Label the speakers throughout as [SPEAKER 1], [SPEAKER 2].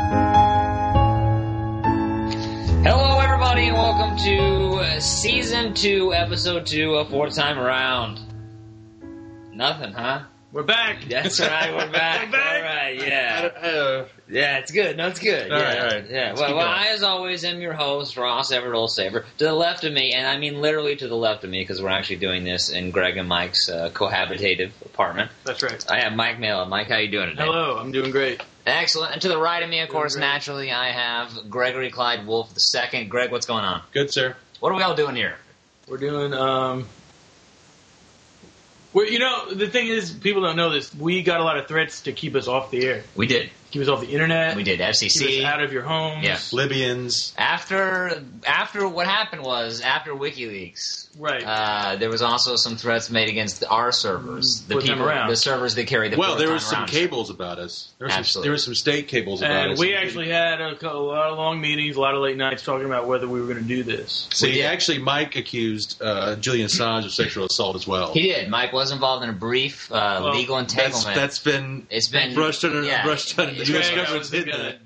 [SPEAKER 1] uh, Season 2, Episode 2 of Four Time Around. Nothing, huh?
[SPEAKER 2] We're back.
[SPEAKER 1] That's right, we're back.
[SPEAKER 2] We're back.
[SPEAKER 1] All right,
[SPEAKER 2] I,
[SPEAKER 1] yeah.
[SPEAKER 2] don't- I, uh,
[SPEAKER 1] Yeah, it's good. No, it's good.
[SPEAKER 2] All
[SPEAKER 1] yeah.
[SPEAKER 2] right, all right.
[SPEAKER 1] Yeah.
[SPEAKER 2] Let's
[SPEAKER 1] Well,
[SPEAKER 2] keep
[SPEAKER 1] well,
[SPEAKER 2] going.
[SPEAKER 1] I, as always, am your host, Ross Everett Saber. To the left of me, and I mean literally to the left of me, because we're actually doing this in Greg and Mike's uh, cohabitative apartment.
[SPEAKER 2] that's right.
[SPEAKER 1] I have Mike Mela. Mike, how you doing today?
[SPEAKER 2] Hello, I'm doing great.
[SPEAKER 1] Excellent. And to the right of me, of
[SPEAKER 2] Doing
[SPEAKER 1] course,
[SPEAKER 2] great.
[SPEAKER 1] naturally, I have Gregory Clyde Wolf the second. Greg, what's going on?
[SPEAKER 2] Good, sir.
[SPEAKER 1] What are we all doing here?
[SPEAKER 2] We're doing. um we're, you know, the thing is, people don't know this. We got a lot of threats to keep us off the air,
[SPEAKER 1] We did.
[SPEAKER 2] keep us off the internet,
[SPEAKER 1] We did
[SPEAKER 2] keep us
[SPEAKER 1] FCC.
[SPEAKER 2] out of your homes.
[SPEAKER 1] Yeah.
[SPEAKER 3] Libyans.
[SPEAKER 1] After after what happened was after WikiLeaks,
[SPEAKER 2] Right.
[SPEAKER 1] uh, there was also some threats made against our servers, the
[SPEAKER 2] Put them
[SPEAKER 1] people,
[SPEAKER 2] around.
[SPEAKER 1] the servers that carry the.
[SPEAKER 3] well, there
[SPEAKER 1] proton
[SPEAKER 3] was some
[SPEAKER 1] rounds.
[SPEAKER 3] cables about us. There were some,
[SPEAKER 1] Absolutely.
[SPEAKER 3] there were some state cables about
[SPEAKER 2] and
[SPEAKER 3] us.
[SPEAKER 2] we actually had a, co- a lot of long meetings, a lot of late nights talking about whether we were going to do this.
[SPEAKER 3] See,
[SPEAKER 1] we did.
[SPEAKER 3] actually, Mike accused uh, Julian Assange of sexual assault as well.
[SPEAKER 1] He did. Mike was involved in a brief uh,
[SPEAKER 2] Well,
[SPEAKER 1] legal
[SPEAKER 3] that's,
[SPEAKER 1] entanglement.
[SPEAKER 3] that's been
[SPEAKER 1] it's been
[SPEAKER 3] brushed under
[SPEAKER 1] yeah.
[SPEAKER 3] brushed under the
[SPEAKER 1] It's
[SPEAKER 3] U.S.
[SPEAKER 1] been-
[SPEAKER 2] Greg, I
[SPEAKER 3] government's
[SPEAKER 2] was
[SPEAKER 3] hidden
[SPEAKER 2] gonna-
[SPEAKER 3] that.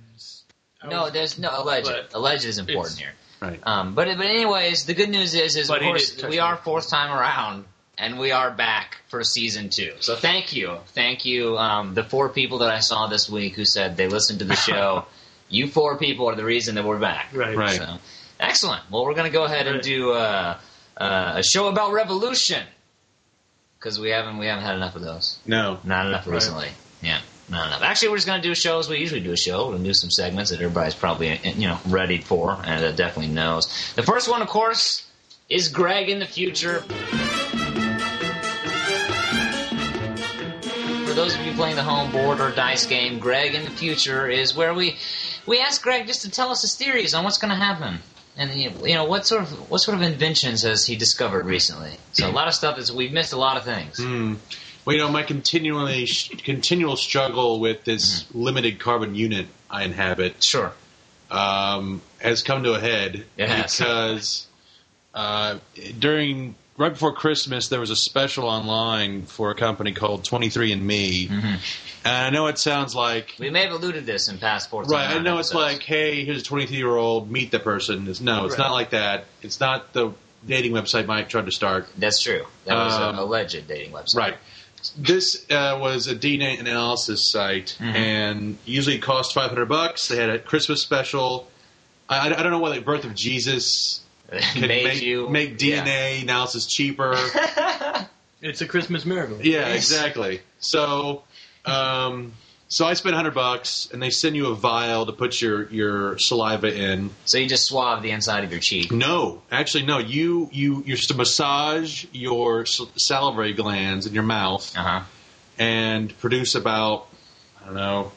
[SPEAKER 2] I
[SPEAKER 1] no,
[SPEAKER 2] was-
[SPEAKER 1] there's no alleged.
[SPEAKER 2] But
[SPEAKER 1] alleged is important
[SPEAKER 2] it's-
[SPEAKER 1] here.
[SPEAKER 3] Right.
[SPEAKER 1] Um, but but anyways, the good news is is
[SPEAKER 2] But
[SPEAKER 1] of
[SPEAKER 2] he
[SPEAKER 1] course
[SPEAKER 2] did touch
[SPEAKER 1] we
[SPEAKER 2] me.
[SPEAKER 1] are fourth time around and we are back for season two. So thank you, thank you. Um, the four people that I saw this week who said they listened to the show, you four people are the reason that we're back.
[SPEAKER 2] Right.
[SPEAKER 3] Right.
[SPEAKER 1] So, excellent. Well, we're gonna go ahead and
[SPEAKER 2] Right.
[SPEAKER 1] do uh, uh, a show about revolution because we haven't we haven't had enough of those.
[SPEAKER 3] No.
[SPEAKER 1] Not enough
[SPEAKER 2] Right.
[SPEAKER 1] recently. Yeah, not enough. Actually, we're just going to do shows. We usually do a show. We're going to do some segments that everybody's probably you know ready for and that definitely knows. The first one, of course, is Greg in the future. For those of you playing the home board or dice game, Greg in the future is where we we ask Greg just to tell us his theories on what's going to happen. And you know what sort of what sort of inventions has he discovered recently? So a lot of stuff is we've missed a lot of things.
[SPEAKER 3] Hmm. Well, you know, my continually continual struggle with this
[SPEAKER 1] Mm-hmm.
[SPEAKER 3] limited carbon unit I inhabit
[SPEAKER 1] Sure.
[SPEAKER 3] um, has come to a head
[SPEAKER 1] It has.
[SPEAKER 3] because uh, during right before Christmas there was a special online for a company called 23andMe,
[SPEAKER 1] Mhm.
[SPEAKER 3] and I know it sounds like
[SPEAKER 1] We may have alluded this in past sports.
[SPEAKER 3] right. I
[SPEAKER 1] Online
[SPEAKER 3] know it's
[SPEAKER 1] episodes.
[SPEAKER 3] like, hey, here's a 23 year old, meet the person. It's, no, it's
[SPEAKER 2] Right.
[SPEAKER 3] not like that. It's not the dating website Mike tried to start.
[SPEAKER 1] that's true. That was an
[SPEAKER 3] Um,
[SPEAKER 1] alleged dating website.
[SPEAKER 3] Right. This uh, was a DNA analysis site,
[SPEAKER 1] Mhm.
[SPEAKER 3] and usually cost 500 bucks. They had a Christmas special. I, I don't know whether Birth of Jesus
[SPEAKER 1] Made
[SPEAKER 3] can make,
[SPEAKER 1] you
[SPEAKER 3] make
[SPEAKER 1] yeah.
[SPEAKER 3] DNA analysis cheaper.
[SPEAKER 2] It's a Christmas miracle.
[SPEAKER 3] yeah, exactly. So, um, so I spent hundred bucks, and they send you a vial to put your your saliva in.
[SPEAKER 1] So you just swab the inside of your cheek.
[SPEAKER 3] No, actually, no. You you you to massage your s- salivary glands in your mouth
[SPEAKER 1] Uh huh.
[SPEAKER 3] and produce about I don't know.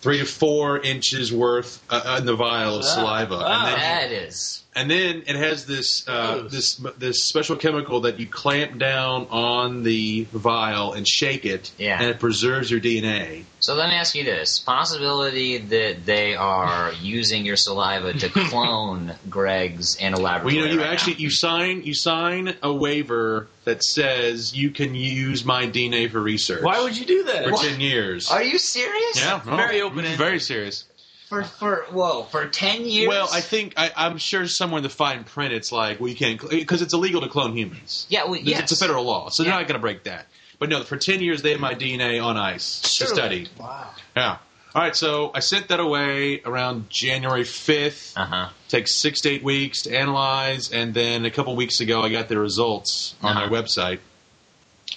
[SPEAKER 3] Three to four inches worth uh, in the vial of
[SPEAKER 1] Ah.
[SPEAKER 2] Wow.
[SPEAKER 3] saliva,
[SPEAKER 2] Wow.
[SPEAKER 3] and, then,
[SPEAKER 1] That is.
[SPEAKER 3] and then it has this uh,
[SPEAKER 2] Gross.
[SPEAKER 3] this this special chemical that you clamp down on the vial and shake it,
[SPEAKER 1] Yeah.
[SPEAKER 3] and it preserves your DNA.
[SPEAKER 1] So let me ask you this: possibility that they are using your saliva to clone Greg's in a
[SPEAKER 3] Well,
[SPEAKER 1] laboratory.
[SPEAKER 3] you know, you
[SPEAKER 1] right now.
[SPEAKER 3] actually you sign you sign a waiver that says you can use my DNA for research.
[SPEAKER 2] Why would you do
[SPEAKER 3] for
[SPEAKER 2] that?
[SPEAKER 3] ten years?
[SPEAKER 1] Are you serious?
[SPEAKER 3] yeah, no,
[SPEAKER 2] Very open-ended.
[SPEAKER 3] very serious.
[SPEAKER 1] For for whoa for ten years.
[SPEAKER 3] Well, I think I, I'm sure somewhere in the fine print it's like we can't because it's illegal to clone humans.
[SPEAKER 1] Yeah. Well,
[SPEAKER 3] It's-
[SPEAKER 1] yes.
[SPEAKER 3] it's a federal law, so
[SPEAKER 1] Yeah.
[SPEAKER 3] they're not going to break that. But no, for ten years they had my DNA on ice to
[SPEAKER 1] Surely.
[SPEAKER 3] study.
[SPEAKER 2] Wow.
[SPEAKER 3] Yeah. All right, so I sent that away around January 5th.
[SPEAKER 1] Uh huh.
[SPEAKER 3] Takes six to eight weeks to analyze, and then a couple weeks ago I got the results on
[SPEAKER 1] Uh-huh.
[SPEAKER 3] their website.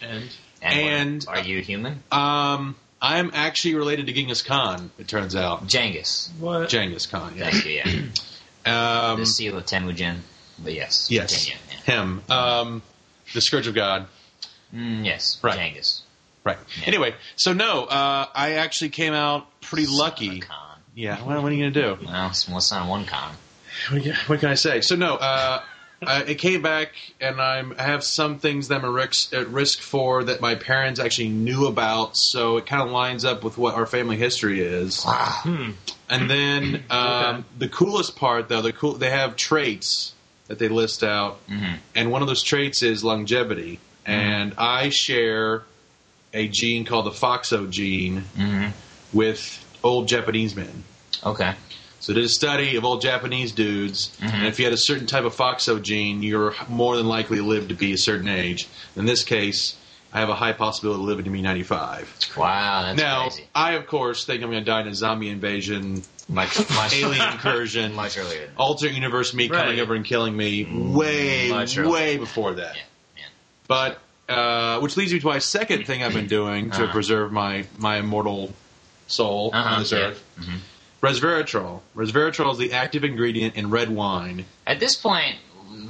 [SPEAKER 2] And
[SPEAKER 1] And,
[SPEAKER 3] And-
[SPEAKER 1] what? are you human?
[SPEAKER 3] Um, I'm actually related to Genghis Khan, it turns out.
[SPEAKER 1] Genghis.
[SPEAKER 2] what?
[SPEAKER 3] Genghis Khan, yeah.
[SPEAKER 1] Thank you. Yeah.
[SPEAKER 3] Um,
[SPEAKER 1] the seal of Temujin. But yes.
[SPEAKER 3] yes,
[SPEAKER 1] Continue, yeah.
[SPEAKER 3] him. Um, the Scourge of God.
[SPEAKER 1] Mm, yes.
[SPEAKER 3] Hmm. Right.
[SPEAKER 1] Genghis.
[SPEAKER 3] Right.
[SPEAKER 1] Yeah.
[SPEAKER 3] Anyway, so no, uh, I actually came out pretty lucky.
[SPEAKER 1] Son of a Con.
[SPEAKER 3] Yeah, well, what are you going to do?
[SPEAKER 1] Well, it's- well, it's not one con.
[SPEAKER 3] What can- What can I say? So no, uh, uh, it came back, and I'm, I have some things that I'm at risk, at risk for that my parents actually knew about. So it kind of lines up with what our family history is.
[SPEAKER 1] Wow.
[SPEAKER 2] Hmm.
[SPEAKER 3] And then um,
[SPEAKER 2] Okay.
[SPEAKER 3] the coolest part, though, the cool they have traits that they list out,
[SPEAKER 1] Mhm.
[SPEAKER 3] and one of those traits is longevity. And I share a gene called the FOXO gene
[SPEAKER 1] Mhm.
[SPEAKER 3] with old Japanese men.
[SPEAKER 1] Okay.
[SPEAKER 3] So they did a study of old Japanese dudes,
[SPEAKER 1] Mm-hmm.
[SPEAKER 3] and if you had a certain type of FOXO gene, you're more than likely to live to be a certain age. In this case, I have a high possibility of living to be 95.
[SPEAKER 1] Wow, that's
[SPEAKER 3] now,
[SPEAKER 1] crazy.
[SPEAKER 3] I of course think I'm going to die in a zombie invasion,
[SPEAKER 1] Much, much,
[SPEAKER 3] alien incursion,
[SPEAKER 1] much earlier. than-
[SPEAKER 3] alternate universe me coming
[SPEAKER 2] Right.
[SPEAKER 3] over and killing me way,
[SPEAKER 1] Much earlier.
[SPEAKER 3] way before that.
[SPEAKER 1] Mm, Yeah, yeah.
[SPEAKER 3] But uh, which leads me to my second thing I've been doing to
[SPEAKER 1] Uh-huh.
[SPEAKER 3] preserve my my immortal soul
[SPEAKER 1] Uh-huh,
[SPEAKER 3] on this
[SPEAKER 1] yeah.
[SPEAKER 3] earth. Resveratrol. Resveratrol is the active ingredient in red wine.
[SPEAKER 1] At this point,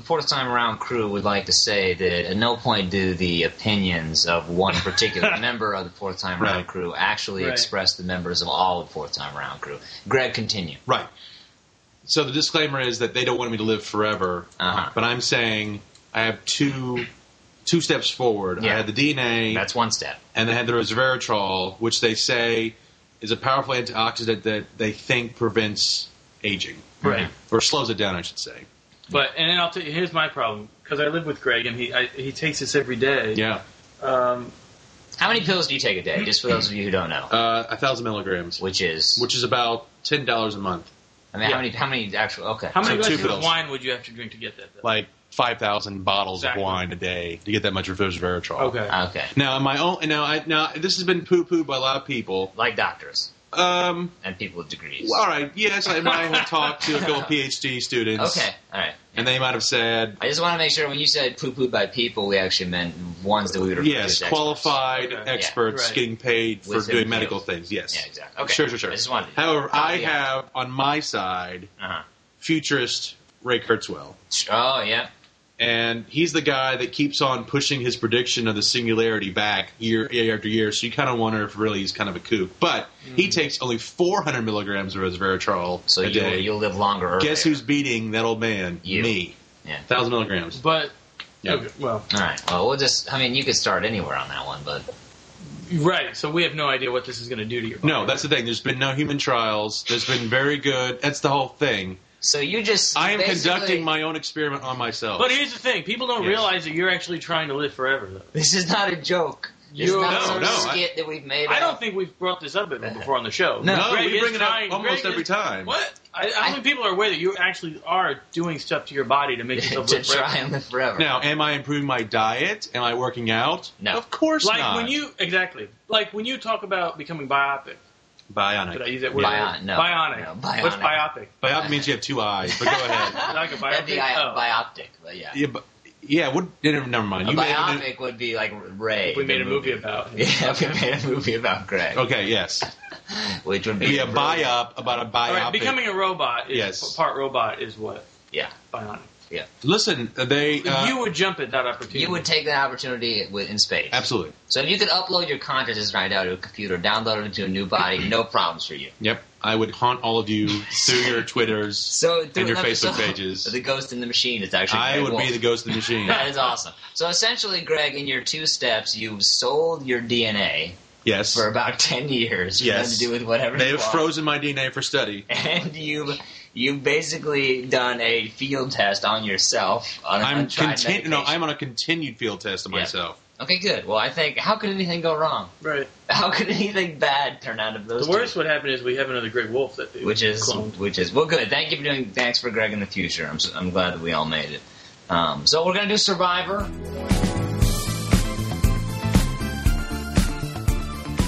[SPEAKER 1] fourth time around crew would like to say that at no point do the opinions of one particular member of the fourth time
[SPEAKER 3] Right.
[SPEAKER 1] round crew actually
[SPEAKER 2] Right.
[SPEAKER 1] express the members of all of fourth time round crew. Greg, continue.
[SPEAKER 3] Right. So the disclaimer is that they don't want me to live forever,
[SPEAKER 1] Uh-huh.
[SPEAKER 3] but I'm saying I have two two steps forward.
[SPEAKER 1] Yeah.
[SPEAKER 3] I had the DNA.
[SPEAKER 1] That's one step.
[SPEAKER 3] and they had the resveratrol, which they say is a powerful antioxidant that they think prevents aging
[SPEAKER 2] Right.
[SPEAKER 3] or slows it down, I should say.
[SPEAKER 2] But and then I'll tell you, here's my problem because I live with Greg and he I, he takes this every day.
[SPEAKER 3] Yeah,
[SPEAKER 2] Um,
[SPEAKER 1] How many pills do you take a day? Just for those of you who don't know,
[SPEAKER 3] uh, a thousand milligrams,
[SPEAKER 1] which is
[SPEAKER 3] which is about ten dollars a month,
[SPEAKER 1] I mean, how
[SPEAKER 2] yeah.
[SPEAKER 1] many? How many actual? Okay.
[SPEAKER 2] how many
[SPEAKER 3] So two
[SPEAKER 2] glasses of
[SPEAKER 3] pills.
[SPEAKER 2] wine would you have to drink to get that? Though?
[SPEAKER 3] like five thousand bottles
[SPEAKER 2] Exactly.
[SPEAKER 3] of wine a day to get that much resveratrol.
[SPEAKER 2] okay.
[SPEAKER 1] okay.
[SPEAKER 3] Now, my own now, I, now this has been poo pooed by a lot of people.
[SPEAKER 1] Like doctors
[SPEAKER 3] Um,
[SPEAKER 1] and people with degrees.
[SPEAKER 3] well, all right, yes, I might have talked to a couple PhD students,
[SPEAKER 1] Okay. All right.
[SPEAKER 3] and they might have said,
[SPEAKER 1] I just want to make sure when you said poo poo by people, we actually meant ones that we would refer to
[SPEAKER 3] yes,
[SPEAKER 1] as experts.
[SPEAKER 3] qualified
[SPEAKER 2] Okay.
[SPEAKER 3] experts
[SPEAKER 2] Yeah, right.
[SPEAKER 3] getting paid for
[SPEAKER 1] With their
[SPEAKER 3] doing medical
[SPEAKER 1] field.
[SPEAKER 3] things. Yes,
[SPEAKER 1] Yeah, exactly. Okay.
[SPEAKER 3] Sure, sure, sure.
[SPEAKER 1] I just wanted.
[SPEAKER 3] However, I
[SPEAKER 1] yeah.
[SPEAKER 3] have on my side
[SPEAKER 1] Uh-huh.
[SPEAKER 3] futurist Ray Kurzweil,
[SPEAKER 1] Oh yeah.
[SPEAKER 3] and he's the guy that keeps on pushing his prediction of the singularity back year, year after year. So you kind of wonder if really he's kind of a kook. But he takes only 400 milligrams of
[SPEAKER 1] Mm.
[SPEAKER 3] resveratrol
[SPEAKER 1] So
[SPEAKER 3] a
[SPEAKER 1] you'll,
[SPEAKER 3] day.
[SPEAKER 1] you'll live longer. Earlier.
[SPEAKER 3] Guess who's beating that old man?
[SPEAKER 1] You.
[SPEAKER 3] Me.
[SPEAKER 1] Yeah.
[SPEAKER 3] Thousand milligrams.
[SPEAKER 2] But
[SPEAKER 3] Yeah.
[SPEAKER 2] okay, well,
[SPEAKER 1] All right. Well, we'll just. I mean, you could start anywhere on that one, but
[SPEAKER 2] right. So we have no idea what this is going to do to your body.
[SPEAKER 3] No, that's the thing. There's been no human trials. There's been very good. That's the whole thing.
[SPEAKER 1] so you just.
[SPEAKER 3] I am
[SPEAKER 1] basically-
[SPEAKER 3] conducting my own experiment on myself.
[SPEAKER 2] But here's the thing: people don't
[SPEAKER 3] Yes.
[SPEAKER 2] realize that you're actually trying to live forever. Though
[SPEAKER 1] This is not a joke. This
[SPEAKER 2] You-
[SPEAKER 1] is not
[SPEAKER 2] No,
[SPEAKER 1] some
[SPEAKER 3] no, I-
[SPEAKER 1] skit that we've made.
[SPEAKER 2] I
[SPEAKER 1] up.
[SPEAKER 2] don't think we've brought this up ever before on the show.
[SPEAKER 1] No.
[SPEAKER 3] no,
[SPEAKER 2] Greg
[SPEAKER 3] we
[SPEAKER 2] is
[SPEAKER 3] bring it up
[SPEAKER 2] trying-
[SPEAKER 3] almost
[SPEAKER 2] Greg
[SPEAKER 3] every
[SPEAKER 2] is-
[SPEAKER 3] time.
[SPEAKER 2] What? I, how many people are aware that you actually are doing stuff to your body to make yourself
[SPEAKER 1] to
[SPEAKER 2] live forever?
[SPEAKER 1] try and live forever.
[SPEAKER 3] Now, am I improving my diet? Am I working out?
[SPEAKER 1] No.
[SPEAKER 3] Of course
[SPEAKER 2] Like
[SPEAKER 3] not.
[SPEAKER 2] when you exactly like when you talk about becoming biopic.
[SPEAKER 3] bionic.
[SPEAKER 2] Did I use that word?
[SPEAKER 1] Bion- no.
[SPEAKER 2] Bionic.
[SPEAKER 1] No, bionic.
[SPEAKER 2] What's biopic?
[SPEAKER 3] Bionic means you have two eyes. But go ahead.
[SPEAKER 2] Like a
[SPEAKER 1] That'd be
[SPEAKER 2] biopic?
[SPEAKER 1] I-
[SPEAKER 2] Oh.
[SPEAKER 1] bioptic, but yeah.
[SPEAKER 3] yeah, but, yeah. What? Never, never mind.
[SPEAKER 1] a
[SPEAKER 3] You made-
[SPEAKER 1] biopic would be like Ray.
[SPEAKER 2] Oh, We
[SPEAKER 1] the
[SPEAKER 2] made a movie about.
[SPEAKER 1] Yeah, we made a movie about Greg,
[SPEAKER 3] okay. Yes.
[SPEAKER 1] which would be
[SPEAKER 3] Oh. Be a biop about a biopic.
[SPEAKER 2] All right, becoming a robot. Is,
[SPEAKER 3] Yes.
[SPEAKER 2] Part robot is what
[SPEAKER 1] Yeah,
[SPEAKER 2] bionic.
[SPEAKER 1] yeah.
[SPEAKER 3] Listen, they. Uh,
[SPEAKER 2] you would jump at that opportunity.
[SPEAKER 1] You would take that opportunity with, in space.
[SPEAKER 3] absolutely.
[SPEAKER 1] So if you could upload your consciousness right now to a computer, download it into a new body, no problems for you.
[SPEAKER 3] Yep. I would haunt all of you through your twitters.
[SPEAKER 1] So through
[SPEAKER 3] And your
[SPEAKER 1] an
[SPEAKER 3] Facebook
[SPEAKER 1] episode
[SPEAKER 3] pages.
[SPEAKER 1] of The Ghost in the Machine is actually.
[SPEAKER 3] I
[SPEAKER 1] Greg
[SPEAKER 3] would
[SPEAKER 1] Wolf.
[SPEAKER 3] be the ghost of the machine.
[SPEAKER 1] That is awesome. So essentially, Greg, in your two steps, you've sold your DNA
[SPEAKER 3] Yes.
[SPEAKER 1] for about ten years for
[SPEAKER 3] Yes.
[SPEAKER 1] them to do with whatever
[SPEAKER 3] They
[SPEAKER 1] you
[SPEAKER 3] have
[SPEAKER 1] want.
[SPEAKER 3] frozen my DNA for study.
[SPEAKER 1] and you've you've basically done a field test on yourself on an
[SPEAKER 3] I'm
[SPEAKER 1] untried
[SPEAKER 3] continu- No,
[SPEAKER 1] medication.
[SPEAKER 3] I'm on a continued field test of
[SPEAKER 1] Yeah.
[SPEAKER 3] myself.
[SPEAKER 1] okay. Good. Well, I think how could anything go wrong?
[SPEAKER 2] Right.
[SPEAKER 1] How could anything bad turn out of those?
[SPEAKER 2] The worst would happen is we have another Greg Wolf that
[SPEAKER 1] two? which is
[SPEAKER 2] cloned.
[SPEAKER 1] which is well, good. Thank you for doing. Thanks for Greg in the future. I'm s- I'm glad that we all made it. Um, so we're gonna do Survivor.